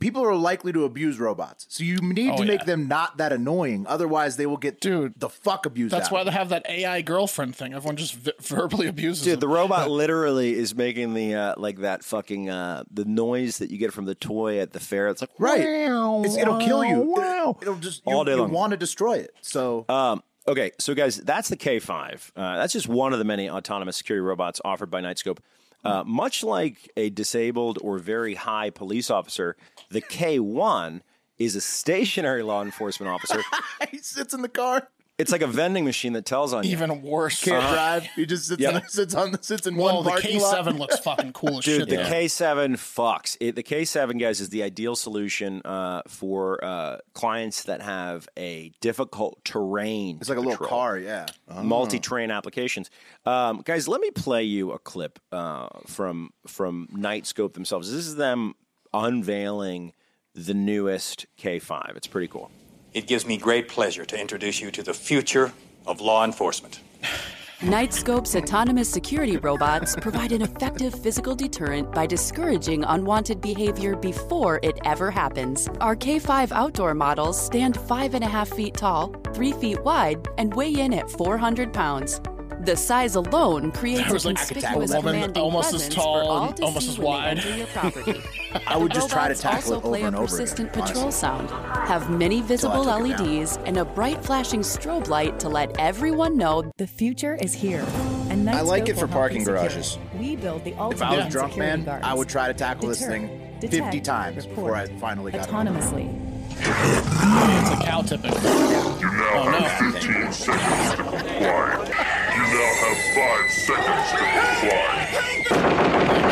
People are likely to abuse robots, so you need
Oh,
to make
yeah.
them not that annoying. Otherwise, they will get
Dude,
the fuck abused.
That's
out
why
of
they have that AI girlfriend thing. Everyone just vi- verbally abuses.
Dude, the
them.
robot literally is making the uh, like that fucking uh, the noise that you get from the toy at the fair. It's like
Right.
"Wow,
It's, it'll kill you.
wow."
It'll just you,
all day
you
long.
want to destroy it. So
Um, okay, so guys, that's the K five. Uh, that's just one of the many autonomous security robots offered by Nightscope. Uh, much like a disabled or very high police officer, the K one is a stationary law enforcement officer
he sits in the car.
It's like a vending machine that tells on you.
Even worse.
Can't
Uh-huh.
drive. He just sits,
Yep.
in, sits on the sits in
Well,
one
the
parking lot.
K7 looks fucking cool as shit.
Dude, the
though.
K7 fucks. It, the K7, guys, is the ideal solution uh, for uh, clients that have a difficult terrain.
It's like a little car, yeah.
multi terrain applications. Um, guys, let me play you a clip uh, from from Nightscope themselves. This is them unveiling the newest K5. It's pretty cool.
It gives me great pleasure to introduce you to the future of law enforcement.
Nightscope's autonomous security robots provide an effective physical deterrent by discouraging unwanted behavior before it ever happens. Our K5 outdoor models stand five and a half feet tall, three feet wide, and weigh in at 400 pounds. The size alone creates
There
a
was, like, a
conspicuous
woman
commanding
almost as
presence
tall
for all
and
to
almost
see
as
when they
wide.
enter your property.
I would just try to
Robots
tackle
also
it
play
over and
a
over
persistent
again.
patrol
honestly.
sound, have many visible
took it down.
LEDs, and a bright flashing strobe light to let everyone know
The future is here. And
I like
Knightscope
it for
will help
parking
you secure
garages.
it. We build the ultimate
If I was
in
drunk,
security
man,
guards.
I would try to tackle this
Deter,
thing 50
detect,
times
report,
before I finally got it.
autonomously.
It's a cow tipping.
You
Oh,
now have 15 seconds to comply. You now have 5 seconds to comply.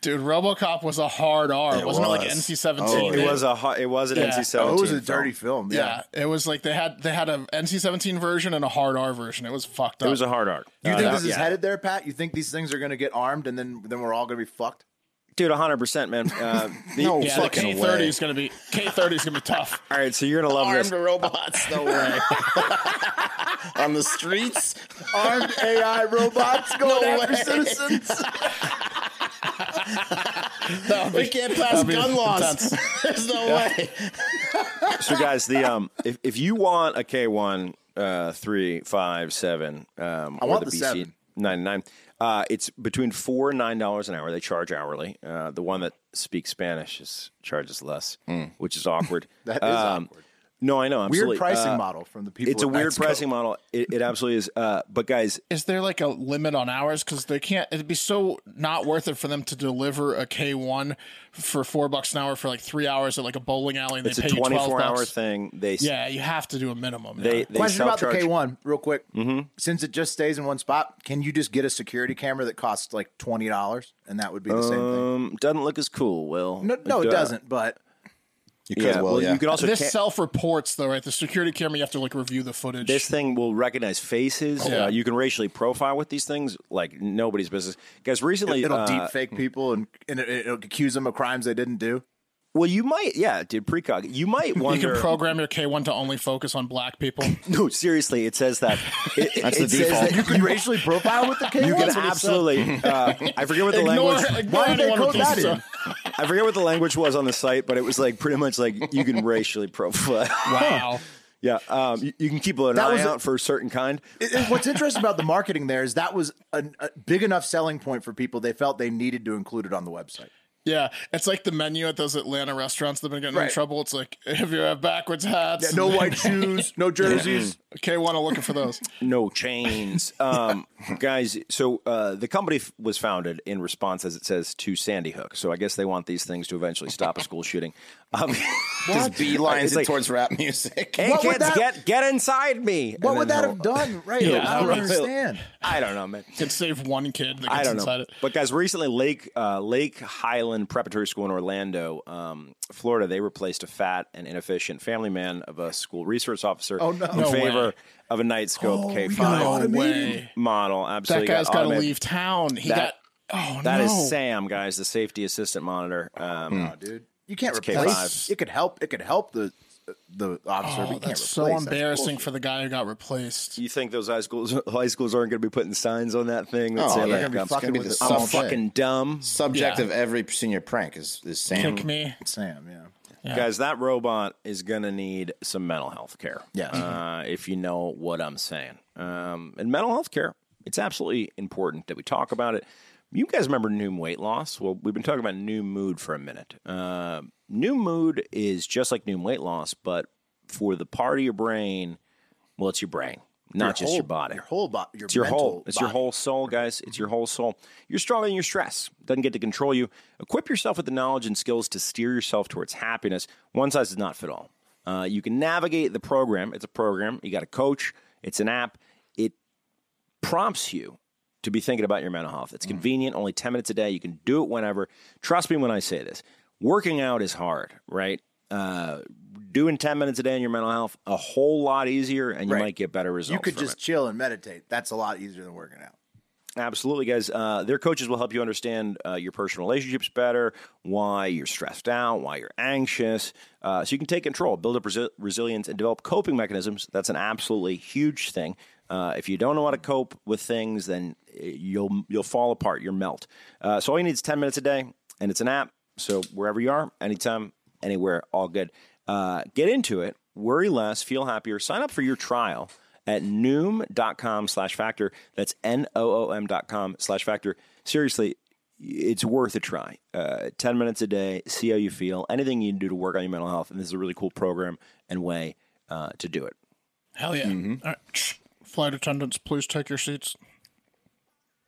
Dude, RoboCop was a hard R. Wasn't it like
was.
NC-17?
Oh, It was a hu- it was an
Yeah.
NC-17.
Oh, it was a
film.
dirty film. Yeah.
Yeah. it was like they had they had a NC-17 version and a hard R version. It was fucked up.
It was a hard art.
You
Uh,
think
that-
this is
yeah.
headed there, Pat? You think these things are going to get armed and then then we're all going to be fucked?
dude? One hundred percent, man. Uh, the-
No
yeah, the
fucking
K30
way.
is gonna be K30 is gonna be tough.
All right, so you're gonna love this.
robots, no way. On the streets,
Armed AI robots going after citizens.
we can't pass gun laws. There's no way.
So, guys, the um, if, if you want a K one, uh, three, five, seven, um, I or
want
the
the
BC
seven.
ninety nine, uh, it's between four and nine dollars an hour. They charge hourly. Uh, the one that speaks Spanish is charges less, which is awkward.
Hmm.
Um,
That is awkward.
No, I know. Absolutely.
Weird pricing
Uh,
model from the people.
It's a
at
weird
Netscope.
pricing model. It, it absolutely is. Uh, but guys,
Is there like a limit on hours? Because they can't. It'd be so not worth it for them to deliver a K1 for four bucks an hour for like three hours at like a bowling alley. And
it's
they
a
pay you
twenty
twelve
four hour
bucks.
thing. They s-
Yeah, you have to do a minimum.
they,
yeah.
they
Question about the
self-charge.
K one, real quick. Mm-hmm. Since it just stays in one spot, can you just get a security camera that costs like twenty dollars, and that would be the same thing?
Um, doesn't look as cool. Will
No, no, it
Uh,
doesn't. But
You could
Yeah, well, you can also
this
ca-
self reports though, right? The security camera, you have to like review the footage.
This thing will recognize faces.
Yeah.
Uh, you can racially profile with these things like nobody's business. Guys, recently,
it'll
uh,
deep fake people and, and it, it'll accuse them of crimes they didn't do.
well, you might, yeah, dude, precog. You might
you
wonder.
can program your K1 to only focus on black people.
no, seriously, it says that. It, it-
That's
it
the
says
default.
that
You can racially profile with the K one.
you can absolutely. Uh, I forget what the
ignore
language.
ignore
Why did they
anyone with
code that
these-
in?
I forget what the language was on the site, but it was like pretty much like you can racially profile.
Wow.
yeah, um, you, you can keep an
That
eye
was a-
out for a certain kind.
It- it- what's interesting about the marketing there is that was a, a big enough selling point for people. They felt they needed to include it on the website.
Yeah, it's like the menu at those Atlanta restaurants that have been getting in
Right.
trouble. It's like if you have backwards hats,
No white shoes, no
Mm.
jerseys.
K1 are looking for those.
no chains um, guys so uh, the company f- was founded in response as it says to sandy hook so i guess they want these things to eventually stop a school shooting um,
Just beelines
It's
it
like-
towards rap music.
hey
What would
kids
that-
get get inside me
What
And
would
then
that
they'll-
have done? Right?
Yeah,
I don't
right.
understand.
i don't know man
Can save one kid that gets
I don't
inside
know.
it.
But guys, recently Lake uh, Lake Highland Preparatory School in Orlando, um, Florida, they replaced a fat and inefficient family man of a school resource officer
Oh, no.
in
No
favor
way.
of a night scope
Oh,
K
No
five
way.
model.
That
Absolutely,
guy's got to
automated-
leave town. He
That-
got. Oh
That
no!
is Sam, guys, the safety assistant monitor. Um,
Hmm.
Oh,
dude. You can't
It's
replace.
K5s.
It could help. It could help the the officer. but
Oh,
you can't
that's so
replace that.
embarrassing for the guy who got replaced.
You think those high schools high schools aren't going to be putting signs on that thing? That
Oh,
say,
they're
like,
gonna be
I'm,
fucking with it
I'm
all day.
fucking dumb,
Subject
Yeah.
of every senior prank is is Sam.
Pick me.
Sam, yeah.
guys. That robot is going to need some mental health care.
Yes.
uh, if you know what I'm saying. Um, and mental health care, it's absolutely important that we talk about it. You guys remember new weight loss? Well, we've been talking about new mood for a minute. Uh, new mood is just like new weight loss, but for the part of your brain, well, it's your brain. not just
whole-
your body.
Your whole body. Your
it's your
mental
whole. It's your
body. Mm-hmm.
whole soul, guys. It's your whole soul. You're stronger than your stress. Doesn't get to control you. Equip yourself with the knowledge and skills to steer yourself towards happiness. One size does not fit all. Uh, you can navigate the program. It's a program. You got a coach. It's an app. It prompts you to be thinking about your mental health.
Mm-hmm.
It's convenient, only 10 minutes a day. You can do it whenever. Trust me when I say this. Working out is hard, right? Uh, doing 10 minutes a day on your mental health, a whole lot easier, and you
Right.
might get better results.
You could
from
just
it.
chill and meditate. That's a lot easier than working out.
Absolutely, guys. Uh, their coaches will help you understand uh, your personal relationships better, why you're stressed out, why you're anxious, uh, so you can take control, build up resi- resilience, and develop coping mechanisms. That's an absolutely huge thing. Uh, if you don't know how to cope with things, then uh, you'll you'll fall apart. You'll melt. Uh, so all you need is ten minutes a day, and it's an app. So wherever you are, anytime, anywhere, all good. Uh, get into it. Worry less. Feel happier. Sign up for your trial at noom.com slash factor. That's N-O-O-M dot com slash factor. Seriously, it's worth a try. Uh, 10 minutes a day, see how you feel. Anything you can do to work on your mental health. And this is a really cool program and way uh, to do it.
Hell yeah. All right. Flight attendants, please take your seats.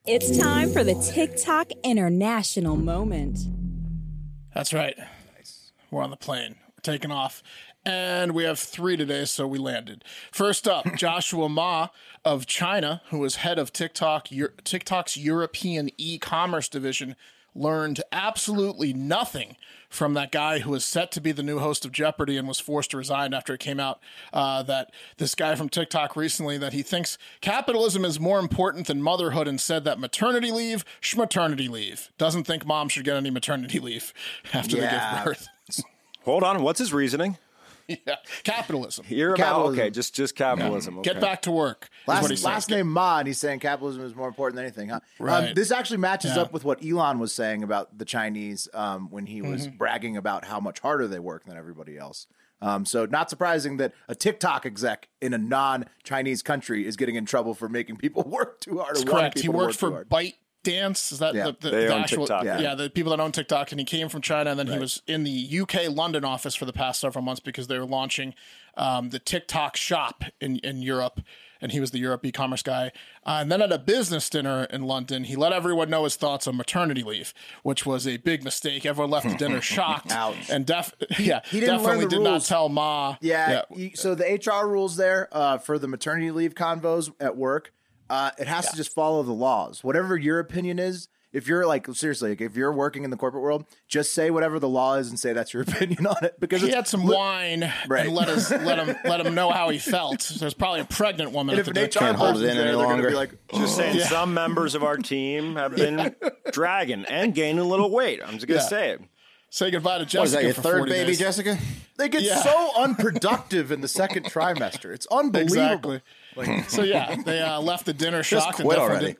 It's time for the TikTok International Moment.
That's right. We're on the plane. We're taking off. And we have three today, so we landed. First up, Joshua Ma of China, who is head of TikTok, Eu- TikTok's European e commerce division, learned absolutely nothing from that guy who was set to be the new host of Jeopardy and was forced to resign after it came out uh, that this guy from TikTok recently that he thinks capitalism is more important than motherhood and said that maternity leave, schmaternity leave. Doesn't think mom should get any maternity leave after they
Yeah.
give birth.
Hold on. What's his reasoning?
yeah. Capitalism.
You're about,
Capitalism.
okay, just, just capitalism.
Get
okay.
back to work. is what he
Last,
says.
last name Ma, and he's saying capitalism is more important than anything, huh? Um,
Right.
this actually matches
Yeah.
up with what Elon was saying about the Chinese um, when he was
Mhm.
bragging about how much harder they work than everybody else. Um, so, not surprising that a TikTok exec in a non-Chinese country is getting in trouble for making people work too hard. or
That's
wanting
correct. He
people to
worked
work
for
too hard.
Byte Dance. Is that
Yeah.
the, the,
They
the
own
actual?
TikTok,
yeah.
yeah.
the people that own TikTok, and he came from China, and then he was in the UK London office for the past several months because they were launching um, the TikTok shop in in Europe. And he was the Europe e-commerce guy. Uh, and then at a business dinner in London, he let everyone know his thoughts on maternity leave, which was a big mistake. Everyone left the dinner shocked,
Ouch.
and def- yeah,
he didn't learn
definitely
the
did not
rules.
tell Ma.
Yeah. you- so the HR rules there uh, for the maternity leave convos at work, uh, it has to just follow the laws. Whatever your opinion is, if you're like seriously, like, if you're working in the corporate world, just say whatever the law is and say that's your opinion on it. Because
he
it's
had some
li-
wine
Right.
and let us let him let him know how he felt. There's probably a pregnant woman.
And
at
if
the
an HR
dinner table.
Hold it in any longer.
Just saying,
Yeah.
some members of our team have been dragging and gaining a little weight. I'm just gonna
Yeah.
say it.
Say goodbye to Jessica.
What is that, your
for
third
40
baby,
days.
Jessica?
They get
Yeah.
so unproductive in the second trimester. It's unbelievable.
Exactly. so yeah, they uh, left the dinner
Just
shocked.
quit
definitely
already.
Did,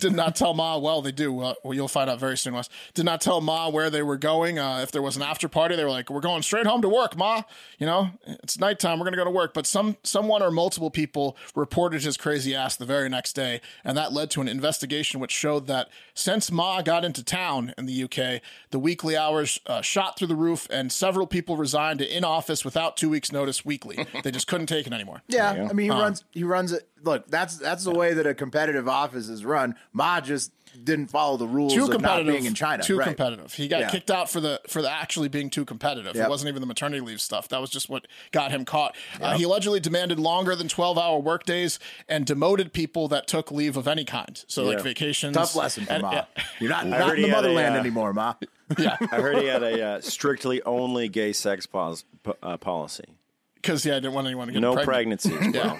did not tell Ma. Well, they do. uh, Well, well, you'll find out very soon, Wes. Did not tell Ma where they were going. Uh, if there was an after party, they were like, "We're going straight home to work, Ma." You know, it's nighttime. We're gonna go to work. But some, someone or multiple people reported his crazy ass the very next day, and that led to an investigation which showed that since Ma got into town in the UK, the weekly hours uh, shot through the roof, and several people resigned to in office without two weeks' notice weekly. they just couldn't take it anymore.
Yeah, I mean he
Um,
runs he runs it. Look, that's that's the way that a competitive office is run. Ma just didn't follow the rules
too
of not
competitive
being in China.
Too
right.
competitive. He got
Yeah.
kicked out for the for the actually being too competitive. It
Yep.
wasn't even the maternity leave stuff. That was just what got him caught. Uh,
Yep.
he allegedly demanded longer than twelve hour work days and demoted people that took leave of any kind. So like
Yeah.
vacations.
Tough lesson for
and-
Ma.
yeah.
You're not,
I
not
heard
in the
he had a,
motherland
uh,
anymore, Ma.
Yeah,
I heard he had a uh, strictly only gay sex pos- p- uh, policy.
Because yeah, I didn't want anyone to get
No
pregnant.
pregnancies. Well,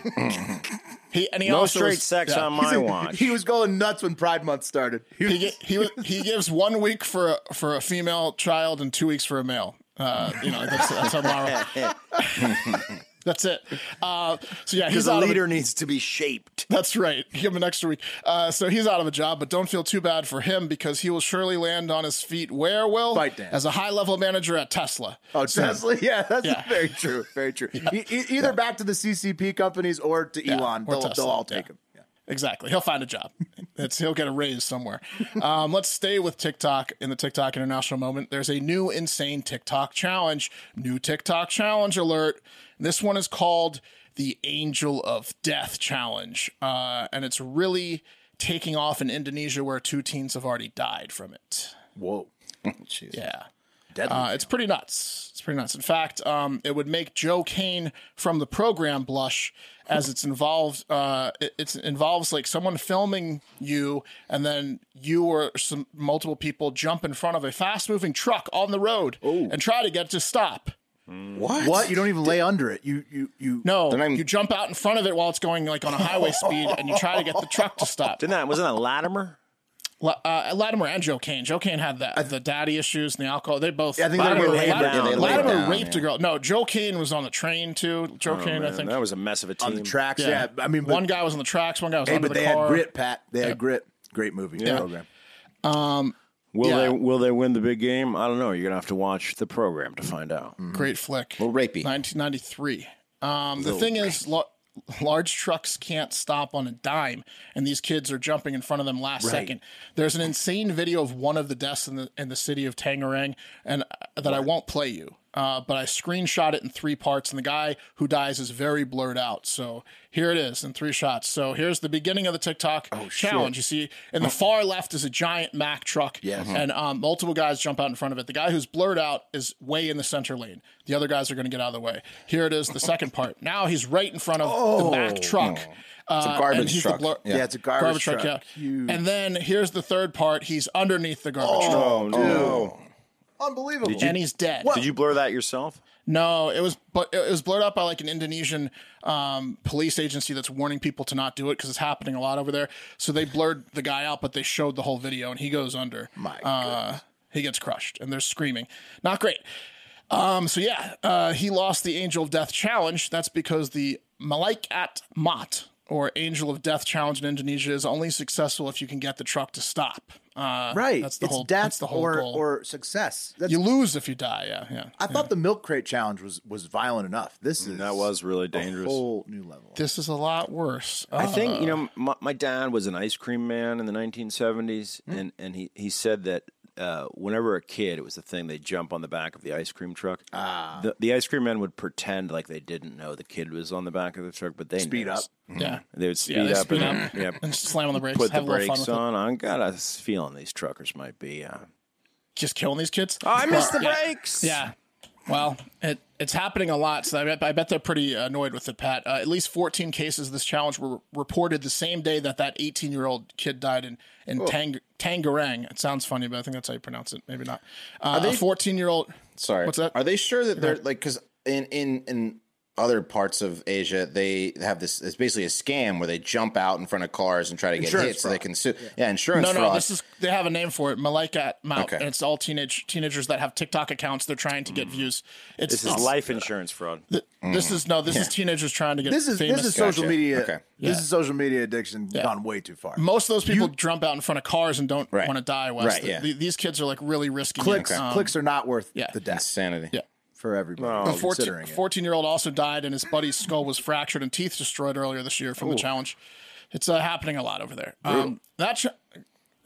He, and he
No
also
straight
was-
sex on my watch.
He was going nuts when Pride Month started.
he gi- he wa- he gives one week for a, for a female child and two weeks for a male. Uh, you know that's that's how Mara. that's it. Uh, so yeah,
because
he's
a
out of
leader
the-
needs to be shaped.
That's right. Give him an extra week. Uh, so he's out of a job, but don't feel too bad for him because he will surely land on his feet. Where will
ByteDance.
as a high level manager at Tesla?
Oh,
So-
Tesla. Yeah, that's
Yeah.
very true. Very true. E- e- either back to the CCP companies or to
Yeah,
Elon.
or
They'll,
Tesla.
they'll all take
Yeah.
him.
Exactly. He'll find a job. It's, he'll get a raise somewhere. Um, let's stay with TikTok in the TikTok international moment. There's a new insane TikTok challenge. New TikTok challenge alert. This one is called the Angel of Death Challenge, uh, and it's really taking off in Indonesia where two teens have already died from it.
Whoa.
Yeah. Uh, it's pretty nuts. It's pretty nuts. In fact, um, it would make Joe Kane from the program blush as it's involved. Uh, it it's involves like someone filming you, and then you or some multiple people jump in front of a fast moving truck on the road and try to get it to stop.
What? What? You don't even lay under it. You you you.
No, you jump out in front of it while it's going like on a highway speed, and you try to get the truck to stop.
Didn't that wasn't that Latimer?
La- uh, Latimer and Joe Kane. Joe Kane had that the daddy issues and the alcohol. They both.
Yeah, I think they were laid
Latimer,
down. Yeah, they laid
Latimer
down,
raped a girl. No, Joe Kane was on the train too. Joe
Oh,
Kane, I
man,
think.
that was a mess of a team.
On the tracks, yeah. I mean, but-
one guy was on the tracks. One guy was
Hey,
under
but
the
they
car.
had grit, Pat. They
Yeah.
had grit. Great movie
Yeah.
program.
Um,
Will
Yeah.
they will they win the big game? I don't know. You're gonna have to watch the program to find out.
great flick.
Well, Mm-hmm. rapey.
1993. Um, the
Little
thing is, lo- large trucks can't stop on a dime, and these kids are jumping in front of them last
Right.
second. There's an insane video of one of the deaths in the in the city of Tangerang, and uh, that I won't play you. Uh, but I screenshot it in three parts, and the guy who dies is very blurred out. So here it is in three shots. So here's the beginning of the TikTok
Oh,
challenge. You see, in the far left is a giant Mack truck,
Yes.
and and um, multiple guys jump out in front of it. The guy who's blurred out is way in the center lane. The other guys are going to get out of the way. Here it is, the second part. Now he's right in front of the back truck.
Oh. It's a
Uh,
garbage
and he's the
truck.
blur-
Yeah. Yeah, it's a garbage truck.
yeah. And then here's the third part. He's underneath the garbage
Oh.
truck.
Unbelievable.
And he's dead.
Oh, Did you blur that yourself?
No, it was, but it was blurred out by like an Indonesian um, police agency that's warning people to not do it because it's happening a lot over there. So they blurred the guy out, but they showed the whole video, and he goes under. My, uh, he gets crushed, and they're screaming. Not great. Um, so yeah, uh, he lost the Angel of Death challenge. That's because the Malaik at Mat or Angel of Death challenge in Indonesia is only successful if you can get the truck to stop. Uh,
right.
That's the
it's
whole.
death
that's the whole
or,
goal.
or success. That's,
you lose if you die. Yeah, yeah.
I thought the milk crate challenge was was violent enough. This is
Mm, That was really
a
dangerous.
whole new level.
This is a lot worse.
I think you
Uh,
know my, my dad was an ice cream man in the 1970s, and and he he said that uh, whenever a kid, it was the thing they jump on the back of the ice cream truck. Ah, the, the ice cream man would pretend like they didn't know the kid was on the back of the truck, but they
Speed
noticed.
up.
Yeah.
they would speed
Yeah, they
up
speed
and
up
yeah,
and slam on the brakes,
put
have a
the
little fun
brakes
with it.
on. I got a feeling these truckers might be. Uh,
just killing these kids.
Oh, I missed the
yeah.
brakes.
Yeah. Well, it, it's happening a lot, so I bet, I bet they're pretty annoyed with it, Pat. Uh, at least 14 cases of this challenge were reported the same day that that 18 year old kid died in,
Oh.
in Tang, Tangerang. It sounds funny, but I think that's how you pronounce it. Maybe not. Uh,
Are they-
a 14 year old.
Sorry.
What's that?
Are they sure that they're like because in in in other parts of Asia they have this? It's basically a scam where they jump out in front of cars and try to get
Insurance
hit so they
fraud.
can sue. Yeah, insurance
No, no,
fraud.
this is they have a name for it, Malika Mount,
Okay.
and it's all teenage teenagers that have TikTok accounts. They're trying to get
Mm.
views. It's,
this is
it's-
life insurance fraud.
th- this is no, this is teenagers trying to get.
This is
famous.
this is social media.
Yeah.
This is social media addiction gone way too far.
Most of those people jump out in front of cars and don't
Right.
want to die. Wes.
Right,
The-
yeah.
the- these kids are like really risky. Um,
clicks clicks are not worth
Yeah.
the death.
Insanity.
Yeah.
For everybody.
a 14,
considering it.
year old also died, and his buddy's skull was fractured and teeth destroyed earlier this year from the
Ooh.
challenge. It's uh, happening a lot over there. Um, that ch- yeah,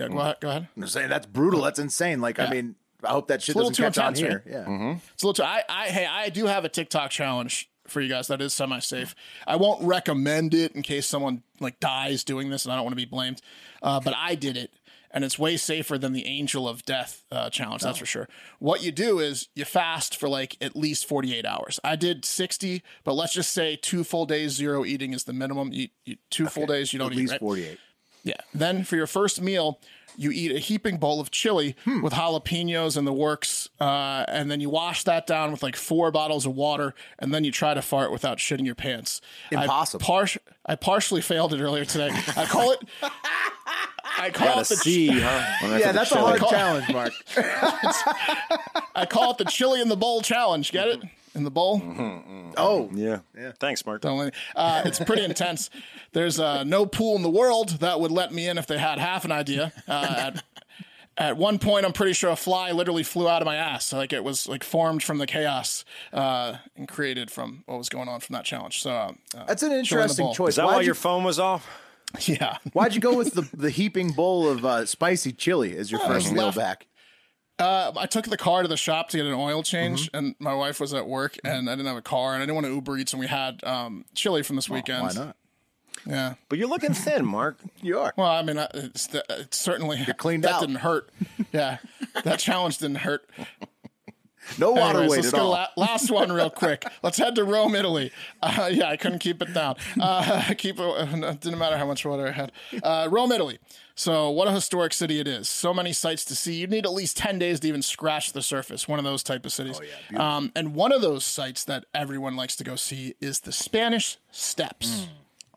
Mm.
go ahead. Go ahead.
I'm saying that's brutal. That's insane. Like I
Yeah.
mean, I hope that shit
It's a little
doesn't
too
catch on
intense
here.
here.
Yeah.
Mm-hmm.
It's a little too. I, I hey, I do have a TikTok challenge for you guys that is semi safe. I won't recommend it in case someone like dies doing this, and I don't want to be blamed. Uh, but I did it, and it's way safer than the Angel of Death uh, challenge. That's
Oh.
for sure. What you do is you fast for like at least forty eight hours. I did sixty, but let's just say two full days, zero eating is the minimum. You, you two full days, you don't
At
eat.
least
right?
48.
Yeah. Then for your first meal, you eat a heaping bowl of chili with jalapenos and the works, uh, and then you wash that down with like four bottles of water, and then you try to fart without shitting your pants.
Impossible.
I, partial- I partially failed it earlier today. I call it. I call
Got
it
a
the
C, huh?
Yeah, that's a hard
Call-
challenge, Mark.
I call it the chili in the bowl challenge. Get it? In the bowl.
Oh,
yeah. Thanks, Mark.
Don't let me- uh, it's pretty intense. There's uh, no pool in the world that would let me in if they had half an idea. Uh, at, at one point, I'm pretty sure a fly literally flew out of my ass. Like it was like formed from the chaos uh, and created from what was going on from that challenge. So um, uh,
That's an
chili in the
interesting
bowl.
choice.
Is that
Why'd
why
you-
your phone was off?
Yeah.
Why'd you go with the the heaping bowl of uh, spicy chili as your
I was
first meal
Oh, left-
back?
Uh, I took the car to the shop to get an
Mm-hmm.
oil change, and my wife was at work, and I didn't have a car, and I didn't want to Uber Eats, and we had um, chili from this weekend.
why not?
Yeah,
but you're looking thin, Mark.
You are.
Well, I mean, I- it's, the- it's certainly
cleaned
that
out.
didn't hurt. Yeah, that challenge didn't hurt.
No water
Anyways,
weight
let's
at
go
all.
la- last one real quick. Let's head to Rome, Italy. Uh, yeah, I couldn't keep it down. Uh, keep it, it didn't matter how much water I had. Uh, Rome, Italy. So what a historic city it is. So many sights to see. You'd need at least ten days to even scratch the surface. One of those type of
Oh,
cities. um, and one of those sites that everyone likes to go see is the Spanish Steps.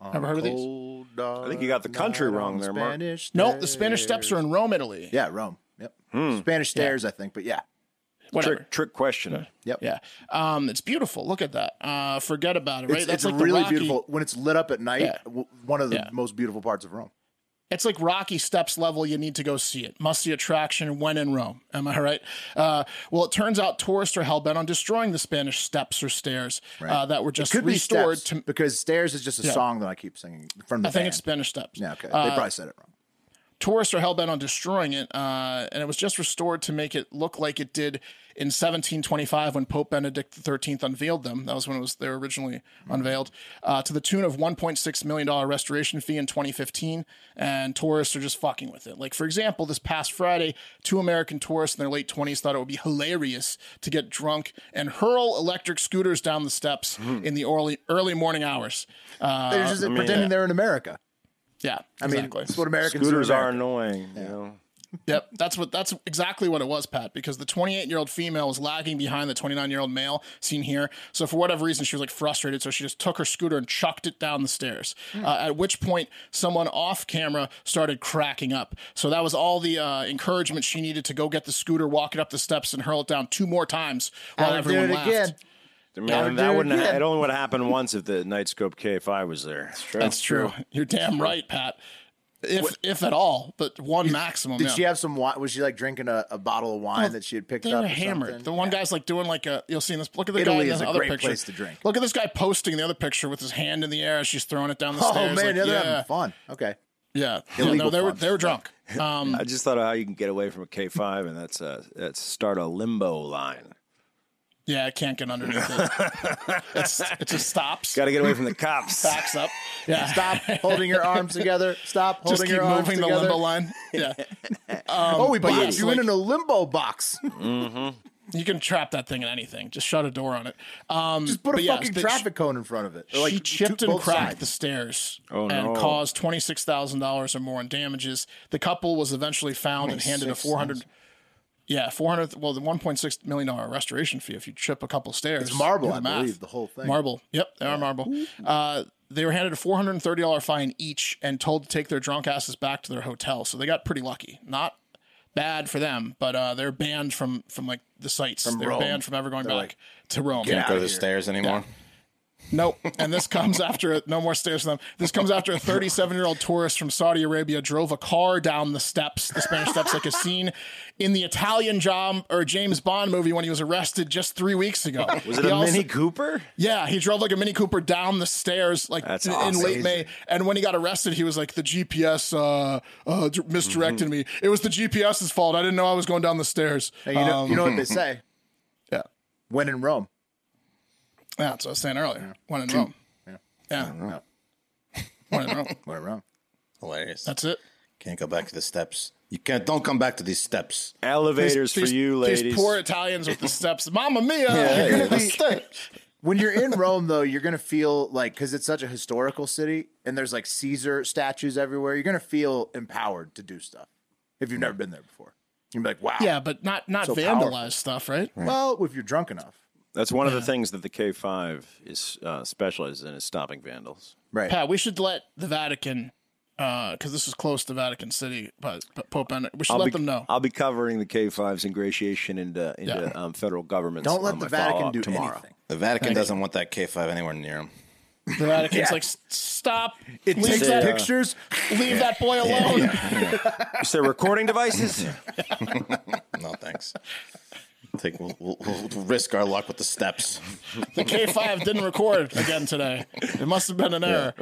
Mm.
Ever heard of these?
I think you got the country wrong there, Mark.
Spanish.
No, the Spanish Steps are in Rome, Italy.
Yeah, Rome. Yep.
Hmm.
Spanish stairs, I think, but yeah.
Whatever.
Trick, trick question.
Yep.
Yeah. Um, it's beautiful. Look at that. Uh, forget about it. Right.
It's,
That's
it's
like the
really
Rocky-
beautiful when it's lit up at night.
Yeah.
w- One of the
Yeah.
most beautiful parts of Rome.
It's like Rocky Steps level. You need to go see it. Must see attraction when in Rome. Am I right? Uh, well, it turns out tourists are hell bent on destroying the Spanish steps or stairs uh, that were just
Could be
restored
steps,
to.
because stairs is just a
Yeah.
song that I keep singing from the
I think
band.
it's Spanish steps.
yeah, okay. they
Uh,
probably said it wrong.
tourists are hell bent on destroying it, uh, and it was just restored to make it look like it did in 1725 when Pope Benedict XIII unveiled them. That was when it was they were originally
Mm-hmm.
unveiled, uh, to the tune of 1.6 million dollar restoration fee in 2015. And tourists are just fucking with it. Like for example, this past Friday, two American tourists in their late 20s thought it would be hilarious to get drunk and hurl electric scooters down the steps
Mm.
in the early early morning hours. Uh,
They're just pretending they're in America.
yeah,
I mean,
exactly.
that's what Americans
Scooters
do in
are
America.
annoying. You know?
Yep, that's what that's exactly what it was, Pat. Because the 28 year old female was lagging behind the 29 year old male seen here. So for whatever reason, she was like frustrated. So she just took her scooter and chucked it down the stairs.
Hmm.
Uh, at which point, someone off camera started cracking up. So that was all the uh, encouragement she needed to go get the scooter, walk it up the steps, and hurl it down two more times while
Gotta do
everyone
it
laughed.
again.
I mean,
Gotta do
that
it
wouldn't.
again.
It only would happen once if the Nightscope KFI was there. That's true.
That's true. You're damn right, Pat. If if at all, but one maximum.
Did
yeah.
she have some wine? Was she like drinking a, a bottle of wine
Well,
that she had picked
Oh, they
up?
were
or
hammered.
something?
The one guy's like doing like a you'll see in this. Look at the
Italy
guy
is
in the
a
other
great
picture.
place to drink.
Look at this guy posting the other picture with his hand in the air as she's throwing it down the
Oh
stairs.
man,
like,
yeah, they're
yeah,
having fun. Okay.
yeah, yeah.
Illegal
No, they were
fun.
they were drunk. Um,
I just thought of how you can get away from a K5, and that's uh, that's start a limbo line.
yeah, I can't get underneath it. It's, it just stops,
Got to get away from the cops.
backs up. Yeah,
Stop holding your arms together. Stop holding
Just keep
your arms
moving the
together.
limbo line. Yeah,
oh, we
but
put
yes,
you
like-
in a limbo box.
you can trap that thing in anything. Just shut a door on it. Um,
Just put a
but yeah,
fucking
they-
traffic cone in front of it. Or,
she
like,
chipped
two-
and
both
cracked
sides.
the stairs
Oh,
and
no.
caused twenty six thousand dollars or more in damages. The couple was eventually found and handed a four hundred. Yeah, four hundred. Well, the one point six million dollar restoration fee if you chip a couple stairs.
It's marble,
Do the
I
math.
believe, the whole thing.
Marble. Yep, they are marble. Uh, they were handed a four hundred and thirty dollar fine each and told to take their drunk asses back to their hotel. So they got pretty lucky. Not bad for them, but uh, they're banned from from like the sites. they're
Rome.
banned from ever going back
like,
to Rome.
Can't go to the stairs anymore.
Nope. And this comes after a, no more stairs for them. This comes after a 37 year old tourist from Saudi Arabia drove a car down the steps, the Spanish steps, like a scene in the Italian John or James Bond movie when he was arrested just three weeks ago.
Was it
He
a
also-
Mini Cooper?
Yeah, he drove like a Mini Cooper down the stairs like
That's
in, in
awesome.
late May. And when he got arrested, he was like, "The GPS uh, uh, d- misdirected me.
Mm-hmm.
It was the GPS's fault. I didn't know I was going down the stairs."
Hey, you, know,
Um,
you know what they say?
yeah.
When in Rome.
Yeah, that's what I was saying earlier. One in Rome. Yeah. One Oh. in Rome.
When in Rome.
Hilarious.
That's it.
Can't go back to the steps. You can't. Don't come back to these steps.
Elevators for you, ladies.
These poor Italians with the steps. Mamma mia!
You're gonna be- when you're in Rome, though, you're gonna feel like because it's such a historical city, and there's like Caesar statues everywhere. You're gonna feel empowered to do stuff if you've never been there before. You're gonna be like, wow.
Yeah, but not not
So
vandalized
powerful.
stuff, right?
Well, if you're drunk enough,
That's one of the things that the K5 is uh, specializes in is stopping vandals.
right?
Pat, we should let the Vatican, because this is close to Vatican City, but, but Pope Benedict, we should
I'll
let
be,
them know.
I'll be covering the K5's ingratiation into into um, federal governments.
Don't let
on
the
my follow-up
Vatican do
tomorrow.
anything.
The Vatican doesn't want that K five anywhere near him.
the Vatican's like, "S- stop,
It
leave,
takes
uh,
that,
pictures.
leave that boy alone.
You say recording devices?
No thanks. I think we'll, we'll, we'll risk our luck with the steps.
The K five didn't record again today. It must have been an error.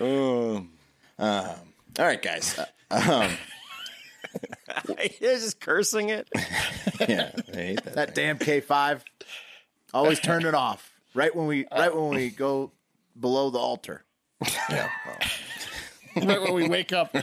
All right, guys. Uh, um,
They're just cursing it.
yeah, I hate that.
That damn K five. Always turn it off right when we right when we go below the altar.
right when we wake up.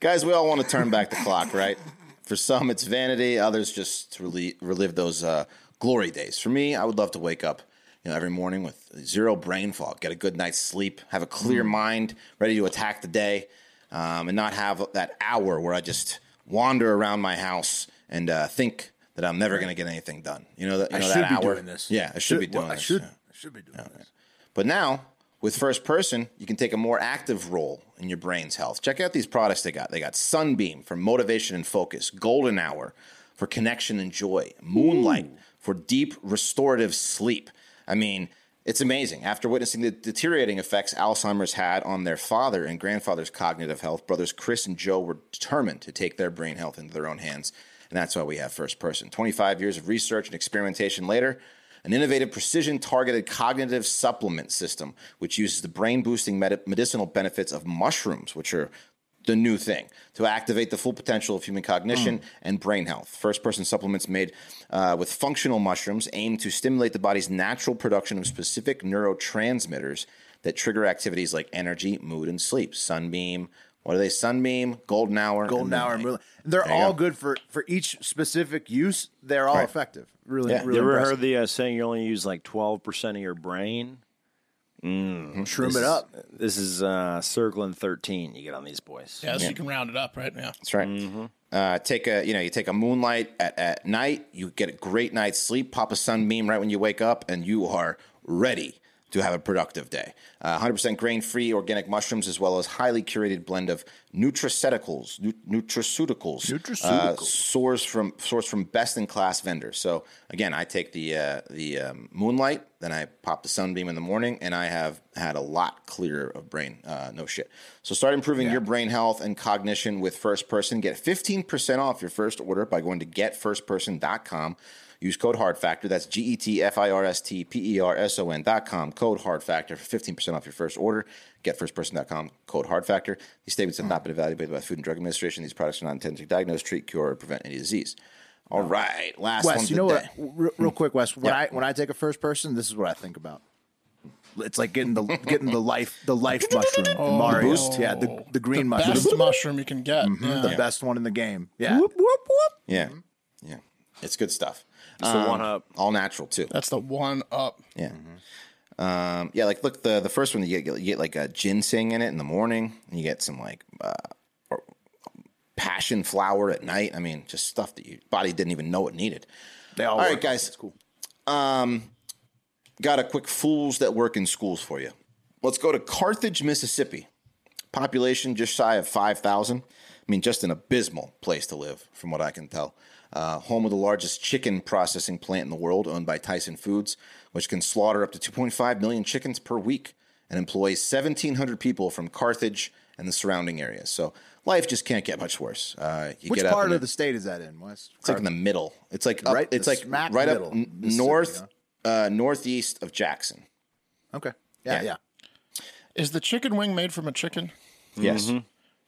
Guys, we all want to turn back the clock, right? For some, it's vanity. Others just to relive, relive those uh, glory days. For me, I would love to wake up, you know, every morning with zero brain fog, get a good night's sleep, have a clear mind, ready to attack the day, um, and not have that hour where I just wander around my house and uh, think that I'm never going to get anything done. You know, that, you
I
know,
should
that
be
hour.
doing this.
Yeah, I should be
Well,
doing
I
this.
should.
yeah.
I should be doing this.
But now, with first person, you can take a more active role in your brain's health. Check out these products they got. They got Sunbeam for motivation and focus, Golden Hour for connection and joy, Moonlight for deep restorative sleep. I mean, it's amazing. After witnessing the deteriorating effects Alzheimer's had on their father and grandfather's cognitive health, brothers Chris and Joe were determined to take their brain health into their own hands. And that's why we have first person. 25 years of research and experimentation later, an innovative precision targeted cognitive supplement system, which uses the brain boosting medicinal benefits of mushrooms, which are the new thing, to activate the full potential of human cognition and brain health. First person supplements made uh, with functional mushrooms aim to stimulate the body's natural production of specific neurotransmitters that trigger activities like energy, mood, and sleep. Sunbeam, what are they? Sunbeam, golden hour,
Golden hour and
moonlight.
moonlight. They're
There you
all
go.
good for for each specific use. They're all
Right.
effective. Really,
Yeah.
really.
you ever
impressive.
heard the uh, saying you only use like 12% of your brain? Mm,
Shroom
this
it
is-
up.
This is uh, circling 13 you get on these boys.
Yeah, so you can round it up, right? Yeah.
That's right. Uh, take a you know you take a moonlight at, at night. You get a great night's sleep. Pop a sunbeam right when you wake up, and you are ready to have a productive day. Uh, 100% grain-free organic mushrooms, as well as highly curated blend of nutraceuticals, nu- nutraceuticals, uh,
Nutraceuticals.
sourced from sourced from best-in-class vendors. So again, I take the uh, the um, moonlight, then I pop the sunbeam in the morning, and I have had a lot clearer of brain. Uh, no shit. So start improving your brain health and cognition with First Person. Get 15% off your first order by going to getfirstperson.com. Use code HARDFACTOR. That's G E T F I R S T P E R S O N dot com. Code HARDFACTOR for 15% off your first order. GetFirstPerson.com. Code HARDFACTOR. These statements
Hmm.
have not been evaluated by Food and Drug Administration. These products are not intended to diagnose, treat, cure, or prevent any disease. All right. Last one.
Wes, you know
today. Hmm.
what? Real, real quick, Wes. When
Yeah.
I when I take a first person, this is what I think about. It's like getting the getting the life the life mushroom, the
Oh.
Mario.
Boost?
Yeah, the, the green
the
mushroom,
best mushroom you can get.
Mm-hmm.
Mhm,
Yeah.
the best one in the game. Yeah,
Yeah.
Mm-hmm.
Yeah. It's good stuff. Um,
It's the one-up.
All natural, too.
That's the one up.
Yeah. Um, yeah, like look the the first one you get you get like a ginseng in it in the morning, and you get some like uh, or- passion flower at night. I mean, just stuff that your body didn't even know it needed.
they all.
All right,
work.
guys.
It's cool.
Um, got a quick fools that work in schools for you. Let's go to Carthage, Mississippi. Population just shy of 5,000. I mean, just an abysmal place to live, from what I can tell. Uh, home of the largest chicken processing plant in the world, owned by Tyson Foods, which can slaughter up to 2.5 million chickens per week and employs 1,700 people from Carthage and the surrounding areas. So life just can't get much worse. Uh, you
Which
get up
part
in
of
the-
the state is that in, Wes?
it's like in the middle. It's like up,
Right-
It's
the
like
smack
right
middle,
up n-
Mississippi,
north, uh, northeast of Jackson.
Okay. Yeah,
Yeah.
yeah.
Is the chicken wing made from a chicken?
Yes,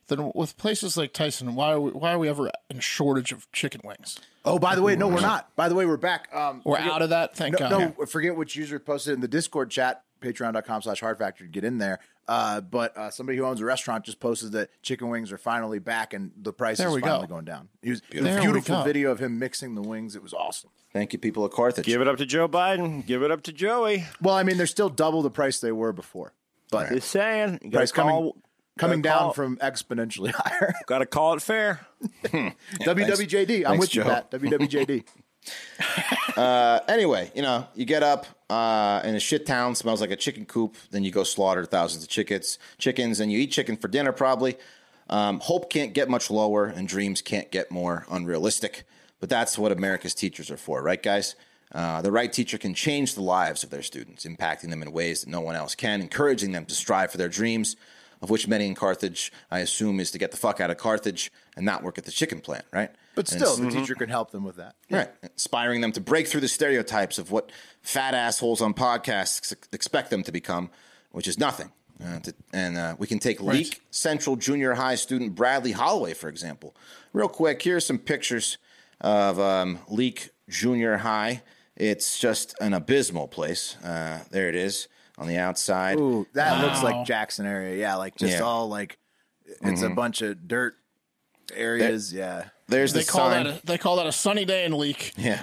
Then with places like Tyson, why are we, why are we ever in shortage of chicken wings?
Oh, by the way, no, we're not. By the way, we're back. Um,
We're
forget-
out of that. Thank
no,
God.
no, forget which user posted in the Discord chat, patreon.com slash hard factor, get in there. Uh, but uh, somebody who owns a restaurant just posted that chicken wings are finally back and the price is
There we go.
finally going down. It was it was
There
a
we
beautiful
go.
video of him mixing the wings. It was awesome.
thank you, people of Carthage.
Give it up to Joe Biden. Give it up to Joey.
Well, I mean, they're still double the price they were before, but
Just saying. You gotta
price coming,
call-
coming
gotta
down
call-
from exponentially higher.
Gotta call it fair.
WWJD, I'm
Thanks,
with you,
Joe.
Pat. WWJD.
Uh, anyway, you know, you get up uh, in a shit town, smells like a chicken coop. Then you go slaughter thousands of chickens, chickens, and you eat chicken for dinner probably. Um, hope can't get much lower, and dreams can't get more unrealistic. But that's what America's teachers are for, right, guys? Uh, the right teacher can change the lives of their students, impacting them in ways that no one else can, encouraging them to strive for their dreams, of which many in Carthage, I assume, is to get the fuck out of Carthage and not work at the chicken plant, right?
But
And
still, the
Mm-hmm.
teacher can help them with that.
Right. Inspiring them to break through the stereotypes of what fat assholes on podcasts ex- expect them to become, which is nothing. Uh, to- and uh, we can take Leak Central Junior High student Bradley Holloway, for example. Real quick, here's some pictures of um, Leak Junior High. It's just an abysmal place. Uh, there it is on the outside.
Ooh, that looks like Jackson area. Yeah, like just
Yeah.
all like it's a
Mhm.
bunch of dirt areas. yeah.
There's
they
the
call
sign.
that a, they call that a sunny day in leak.
yeah,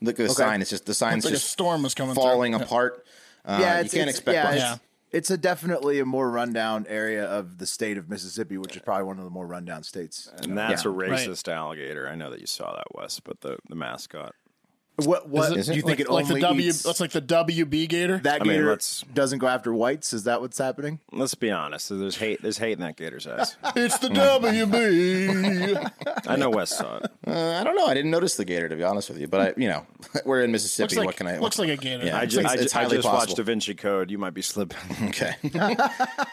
look at the
Okay.
sign. It's just the sign's
Looks like a
just
storm was coming through.
falling
Yeah.
apart. Uh,
yeah,
you can't expect
yeah,
much.
It's, it's a definitely a more rundown area of the state of Mississippi, which is probably one of the more rundown states.
And that's
Yeah.
a racist alligator. I know that you saw that, Wes, but the, the mascot.
What what
Is
do you think
like,
it
like
only
the W?
eats-
That's like the WB Gator.
that
I mean,
gator
let's-
doesn't go after whites? Is that what's happening?
Let's be honest. There's hate. There's hate in that gator's eyes.
It's the WB.
I know Wes saw it.
Uh, I don't know. I didn't notice the gator to be honest with you, but I, you know, we're in Mississippi.
Looks like-
what can I?
looks like a gator.
Yeah,
I
it's-
just,
it's,
I
it's
just, I
highly
just watched
possible.
Da Vinci Code. You might be slipping.
Okay.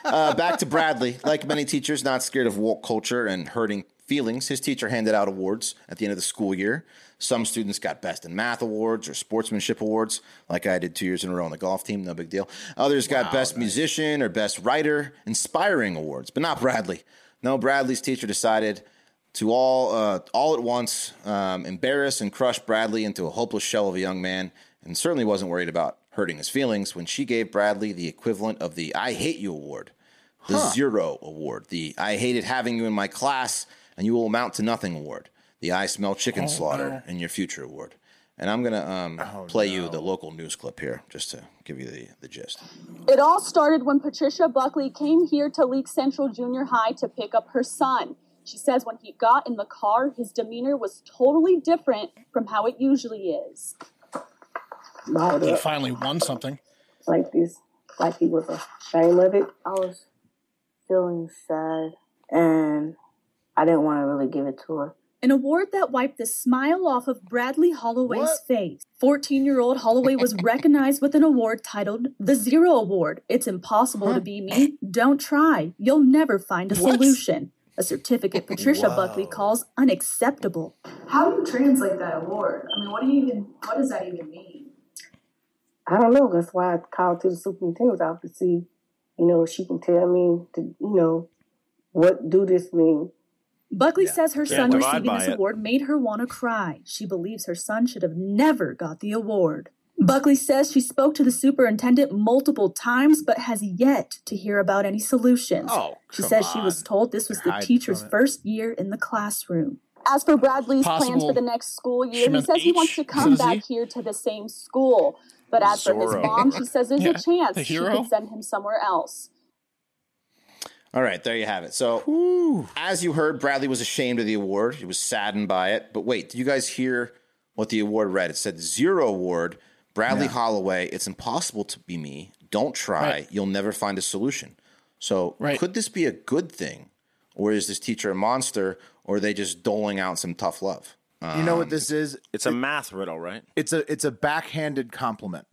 uh, back to Bradley. Like many teachers, not scared of woke culture and hurting feelings, his teacher handed out awards at the end of the school year. Some students got best in math awards or sportsmanship awards, like I did two years in a row on the golf team. No big deal. Others got best musician or best writer, inspiring awards, but not Bradley. No, Bradley's teacher decided to all uh, all at once um, embarrass and crush Bradley into a hopeless shell of a young man, and certainly wasn't worried about hurting his feelings when she gave Bradley the equivalent of the "I hate you" award, the zero award, the "I hated having you in my class and you will amount to nothing" award, the "I smell chicken slaughter in your future" award. And I'm gonna um, play you the local news clip here just to give you the, the gist.
It all started when Patricia Buckley came here to Leak Central Junior High to pick up her son. She says when he got in the car, his demeanor was totally different from how it usually is.
Balled
He
up.
finally won something.
like this, like he was ashamed of it. I was feeling sad, and I didn't want to really give it to her.
An award that wiped the smile off of Bradley Holloway's face. 14 year old Holloway was recognized with an award titled the Zero Award. It's impossible to be me. Don't try. You'll never find a
What?
solution. A certificate Patricia Buckley calls unacceptable.
How do you translate that award? I mean, what do you even? What does that even mean?
I don't know. That's why I called to the superintendent's office to see, you know, if she can tell me, to, you know, what do this mean?
Buckley says her
Can't
son
divide
receiving
by
this
it.
award made her want to cry. She believes her son should have never got the award. Buckley says she spoke to the superintendent multiple times but has yet to hear about any solutions.
Oh,
she
come
says she was
on.
told this was
They're
the
hiding
teacher's
from it.
first year in the classroom. As for Bradley's plans
Possible-
for the next school
She
year, he
meant
says he wants
H
to come
instead of Z?
back here to the same school. But as for his
Zorro.
mom, she says there's
Yeah,
a chance
the
she
hero.
could send him somewhere else.
All right, there you have it. So, as you heard, Bradley was ashamed of the award. He was saddened by it. But wait, did you guys hear what the award read? It said zero award, Bradley Holloway. It's impossible to be me. Don't try. You'll never find a solution. So, could this be a good thing, or is this teacher a monster, or are they just doling out some tough love?
You know what this is?
It's a math riddle, right?
It's a it's a backhanded compliment.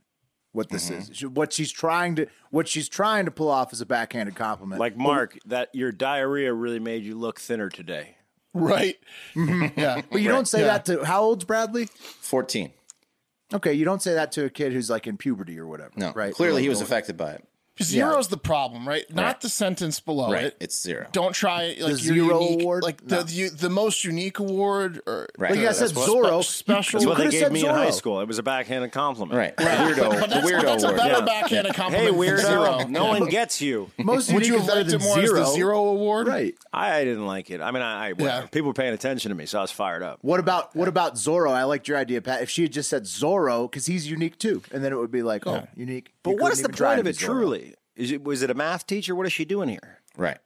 What this is, She- what she's trying to what she's trying to pull off is a backhanded compliment.
Like Mark, that your diarrhea really made you look thinner today.
Right.
yeah, but you
Right.
don't say
Yeah.
that to how old's Bradley?
Fourteen.
Okay, you don't say that to a kid who's like in puberty or whatever.
No,
right?
clearly he was affected by it.
Zero's the problem, right? Not the sentence below
Right,
it.
it's zero.
Don't try
The
like your
Zero
unique,
award?
like the, the the most unique award or
Right. Well, you
the
guys said
spe-
Zorro.
special.
That's what
You
they
could've
gave
said
me in high
Zorro.
school. It was a backhanded compliment.
Right.
Right.
Weirdo.
But that's-
the weirdo
that's a
award.
better backhanded compliment
Hey,
than
weirdo.
zero.
No
Yeah.
one gets you.
Most Would you have liked it more as the zero award?
Right.
I, I didn't like it. I mean, I, I whatever. people were paying attention to me, so I was fired up.
What about what about Zorro? I liked your idea, Pat. If she had just said Zorro, because he's unique too, and then it would be like, oh, unique.
But
You
what
couldn't
is the
even try
point
to
of
be
it?
Zorro.
Truly, is it was it a math teacher? What is she doing here?
Right.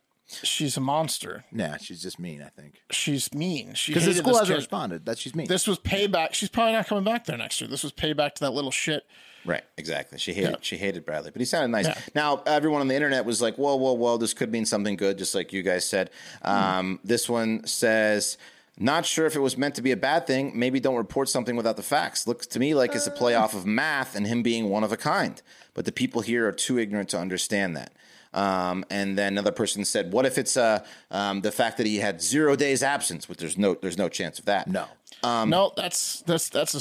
She's a monster.
Nah, she's just mean. I think
She's mean. She
because the
hated
school
this
hasn't
kid.
responded. That she's mean.
This was payback. She's probably not coming back there next year. This was payback to that little shit.
Right, exactly. She hated she hated Bradley, but he sounded nice. Now everyone on the internet was like, "Whoa, whoa, whoa! This could mean something good," just like you guys said. Um, This one says Not sure if it was meant to be a bad thing. Maybe don't report something without the facts. Looks to me like it's a playoff of math and him being one of a kind. But the people here are too ignorant to understand that. Um, and then another person said, "What if it's uh, um, the fact that he had zero days absence?" Which there's no there's no chance of that. No. Um,
no, that's that's that's a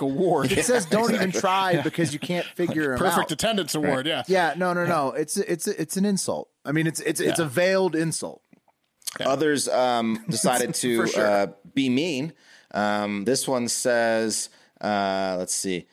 award.
It says don't even try because you can't figure 'em
Perfect
out.
attendance award, yeah.
Yeah, no, no, no. It's it's it's an insult. I mean, it's it's it's a
Yeah.
veiled insult.
Others um, decided to
For sure.
uh, be mean. Um, this one says, uh, let's see.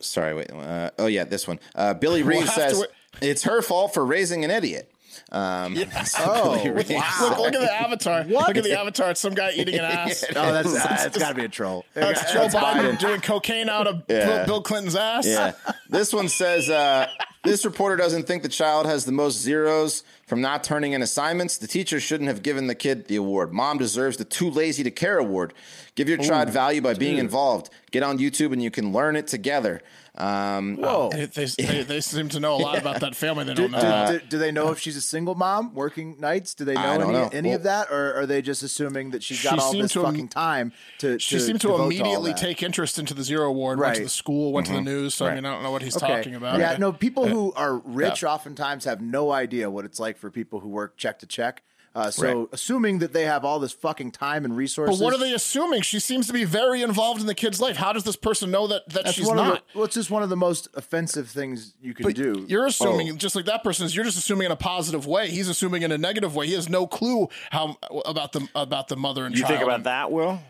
Sorry, wait. Uh, oh, yeah, this one. Uh, Billy
We'll
Reeves
have to
says, it's her fault for raising an idiot. Um, that's what
Oh,
Billy
look,
Reeves
look, look at
said.
the avatar. Look at the avatar. It's some guy eating an ass.
Oh, that's-
It's got to be a troll.
That's Joe
That's
Biden,
Biden.
doing cocaine out of
Yeah.
Bill, Bill Clinton's ass.
Yeah. This one says uh, this reporter doesn't think the child has the most zeros from not turning in assignments. The teacher shouldn't have given the kid the award. Mom deserves the too lazy to care award. Give your child value by being involved. Get on YouTube and you can learn it together. Um,
Whoa. They, they, they, they seem to know a lot about that family. They
Do,
don't
do,
know.
do- do they know if she's a single mom working nights? Do they know
Uh, I
any,
don't know.
any of
Well-
that, or are they just assuming that she's got
She
all
seemed
this
to im-
fucking time to?
she
to
seemed to
devote all
immediately
that?
take interest into the zero award. Went to
Right. Mm-hmm.
the school. Went to the news. So I
Right.
mean, I don't know what he's
Okay.
talking about.
Yeah, no, people who are rich
Yeah.
oftentimes have no idea what it's like for people who work check to check. Uh, so
Right.
assuming that they have all this fucking time and
But
resources,
what are they assuming? She seems to be very involved in the kid's life. How does this person know that, that
That's
she's
one
not?
Of the, well, it's just one of the most offensive things you can
But
do. Oh.
You're assuming, just like that person is, you're just assuming in a positive way. He's assuming in a negative way. He has no clue how about the about the mother and
You
child.
think about that, Will?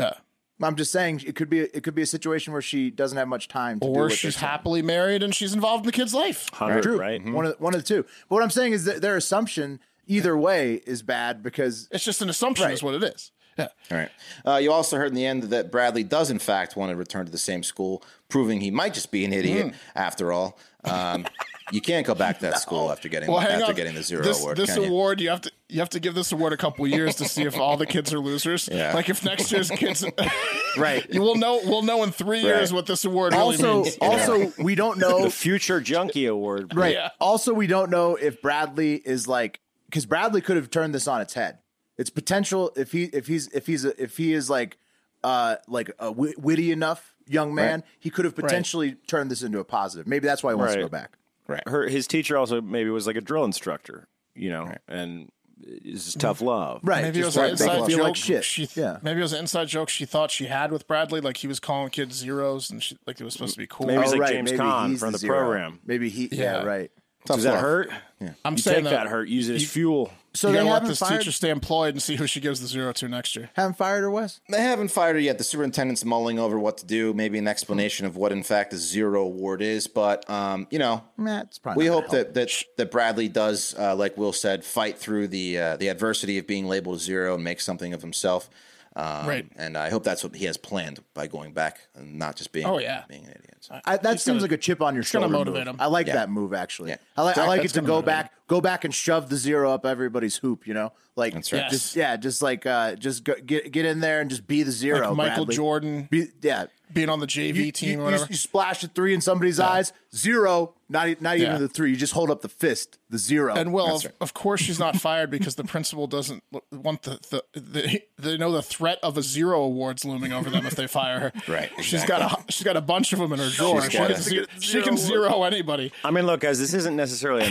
Yeah.
I'm just saying it could be it could be a situation where she doesn't have much time, to do
or
with
she's
this time.
happily married and she's involved in the kid's life.
True. One of the, one of the two. But what I'm saying is that their assumption either way is bad because
it's just an assumption is what it is. Yeah.
All right. Uh, you also heard in the end that Bradley does, in fact, want to return to the same school, proving he might just be an idiot
Hmm.
after all. Um, you can't go back to that school after getting
Well, hang
after
on.
getting the zero
this,
award.
this
can you?
award, you? have to you have to give this award a couple years to see if all the kids are losers.
Yeah.
Like if next year's kids,
right?
You will know. We'll know in three years what this award really
also
means.
also we don't know
the future junkie award.
Oh. right.
Yeah.
Also, we don't know if Bradley is like because Bradley could have turned this on its head. It's potential if he if he's if he's a, if he is like uh like a wi- witty enough young man,
Right.
he could have
Right.
potentially turned this into a positive. Maybe that's why he wants to go
Right.
back.
Right.
Her his teacher also maybe was like a drill instructor, you know, and it's just tough love.
Right.
Maybe it was
Just
an
like- make
inside
him
joke.
feel like shit.
She th-
Yeah.
Maybe it was an inside joke she thought she had with Bradley. Like he was calling kids zeros and she, like it was supposed to be cool.
Maybe he's
Oh,
like
right,
James
maybe
Caan
he's
from
the
the,
zero.
program.
Maybe he. Yeah.
Yeah.
right.
Does that hurt?
Yeah.
I'm
You
saying
take that
though,
hurt, use it as
you-
fuel.
So
you
they
gotta let
haven't
this
fired-
teacher stay employed and see who she gives the zero to next year.
Haven't fired her, Wes.
They haven't fired her yet. The superintendent's mulling over what to do, maybe an explanation of what, in fact, a zero award is. But, um, you know,
Nah, it's probably
we
not gonna
hope that, that that Bradley does, uh, like Will said, fight through the uh, the adversity of being labeled a zero and make something of himself. Um,
Right.
And I hope that's what he has planned by going back and not just being,
Oh, yeah.
being an idiot. So-
I, that seems
gonna-
like a chip on your
gonna
shoulder.
motivate
move.
him.
I like
Yeah.
that move actually.
Yeah.
I like I
Exactly.
like
That's
it to
gonna
go
motivate
back, go back and shove the zero up everybody's hoop. You know, like
That's right.
just
Yes.
yeah, just like uh, just go, get get in there and just be the zero.
Like Michael
Bradley.
Jordan
Be, yeah,
being on the JV
you,
team
you-
or whatever.
you splash a three in somebody's eyes, zero. Not e- not even
Yeah.
the three. You just hold up the fist, the zero.
and well, of, of course she's not fired because the principal doesn't l- want the, the, the they know the threat of a zero awards looming over them if they fire her.
Right,
She's
exactly.
got a she's got a bunch of them in her drawer. She,
got
can,
a-
ze- she can zero anybody.
I mean, look, guys, this isn't necessarily a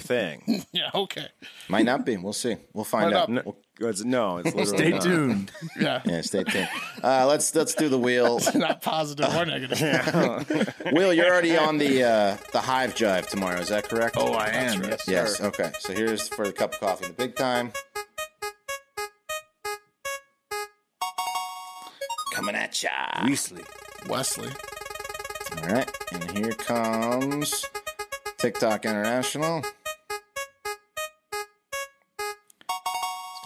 thing.
Yeah. Okay.
Might not be. We'll see. We'll find
Might
out.
No, it's, no, it's literally
Stay
not.
tuned.
Yeah.
Yeah, stay tuned. Uh, let's let's do the wheel.
not positive or negative.
Will, you're already on the uh, the Hive Jive tomorrow. Is that correct?
Oh, I am. Yes,
Yes. Okay. So here's for the cup of coffee in the big time. Coming at ya.
Weasley.
Wesley.
All right. And here comes TikTok International. It's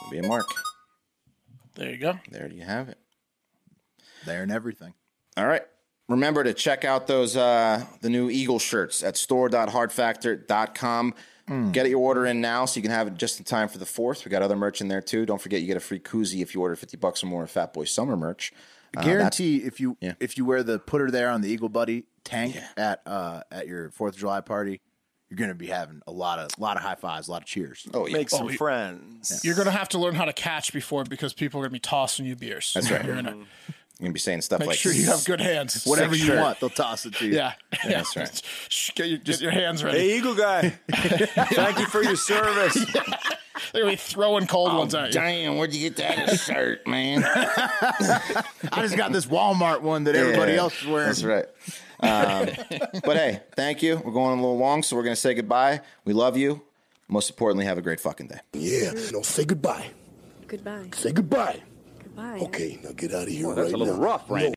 gonna be a mark.
There you go.
There you have it.
There and everything.
All right. Remember to check out those uh, the new Eagle shirts at store.hardfactor.com.
Hmm.
Get your order in now so you can have it just in time for the fourth. We got other merch in there too. Don't forget you get a free koozie if you order fifty bucks or more of Fat Boy Summer merch. Uh, that's-
Guarantee if you
Yeah.
if you wear the putter there on the Eagle Buddy tank at uh at your Fourth of July party, you're you're going to be having a lot of lot of high fives, a lot of cheers.
Oh, yeah. Make some friends.
You're going to have to learn how to catch before because people are going to be tossing you beers.
That's right.
You're
You're
gonna
going to be saying stuff
make
like
sure you have good hands.
Whatever you
Sure.
want, they'll toss it to you.
Yeah.
Yeah, that's right.
Shh, Get your, get your hands ready.
Hey, Eagle guy. Thank you for your service.
They're going to be throwing cold ones at you.
Damn, where'd you get that shirt, man?
I just got this Walmart one that everybody
Yeah,
else is wearing.
That's right. Um, but hey, thank you. We're going a little long, so we're going to say goodbye. We love you. Most importantly, have a great fucking day.
Yeah, no, say goodbye.
Goodbye.
Say goodbye.
Goodbye.
Okay, now get out of here
Oh,
right
Boy, that's a little
now.
rough,
no,
Randy.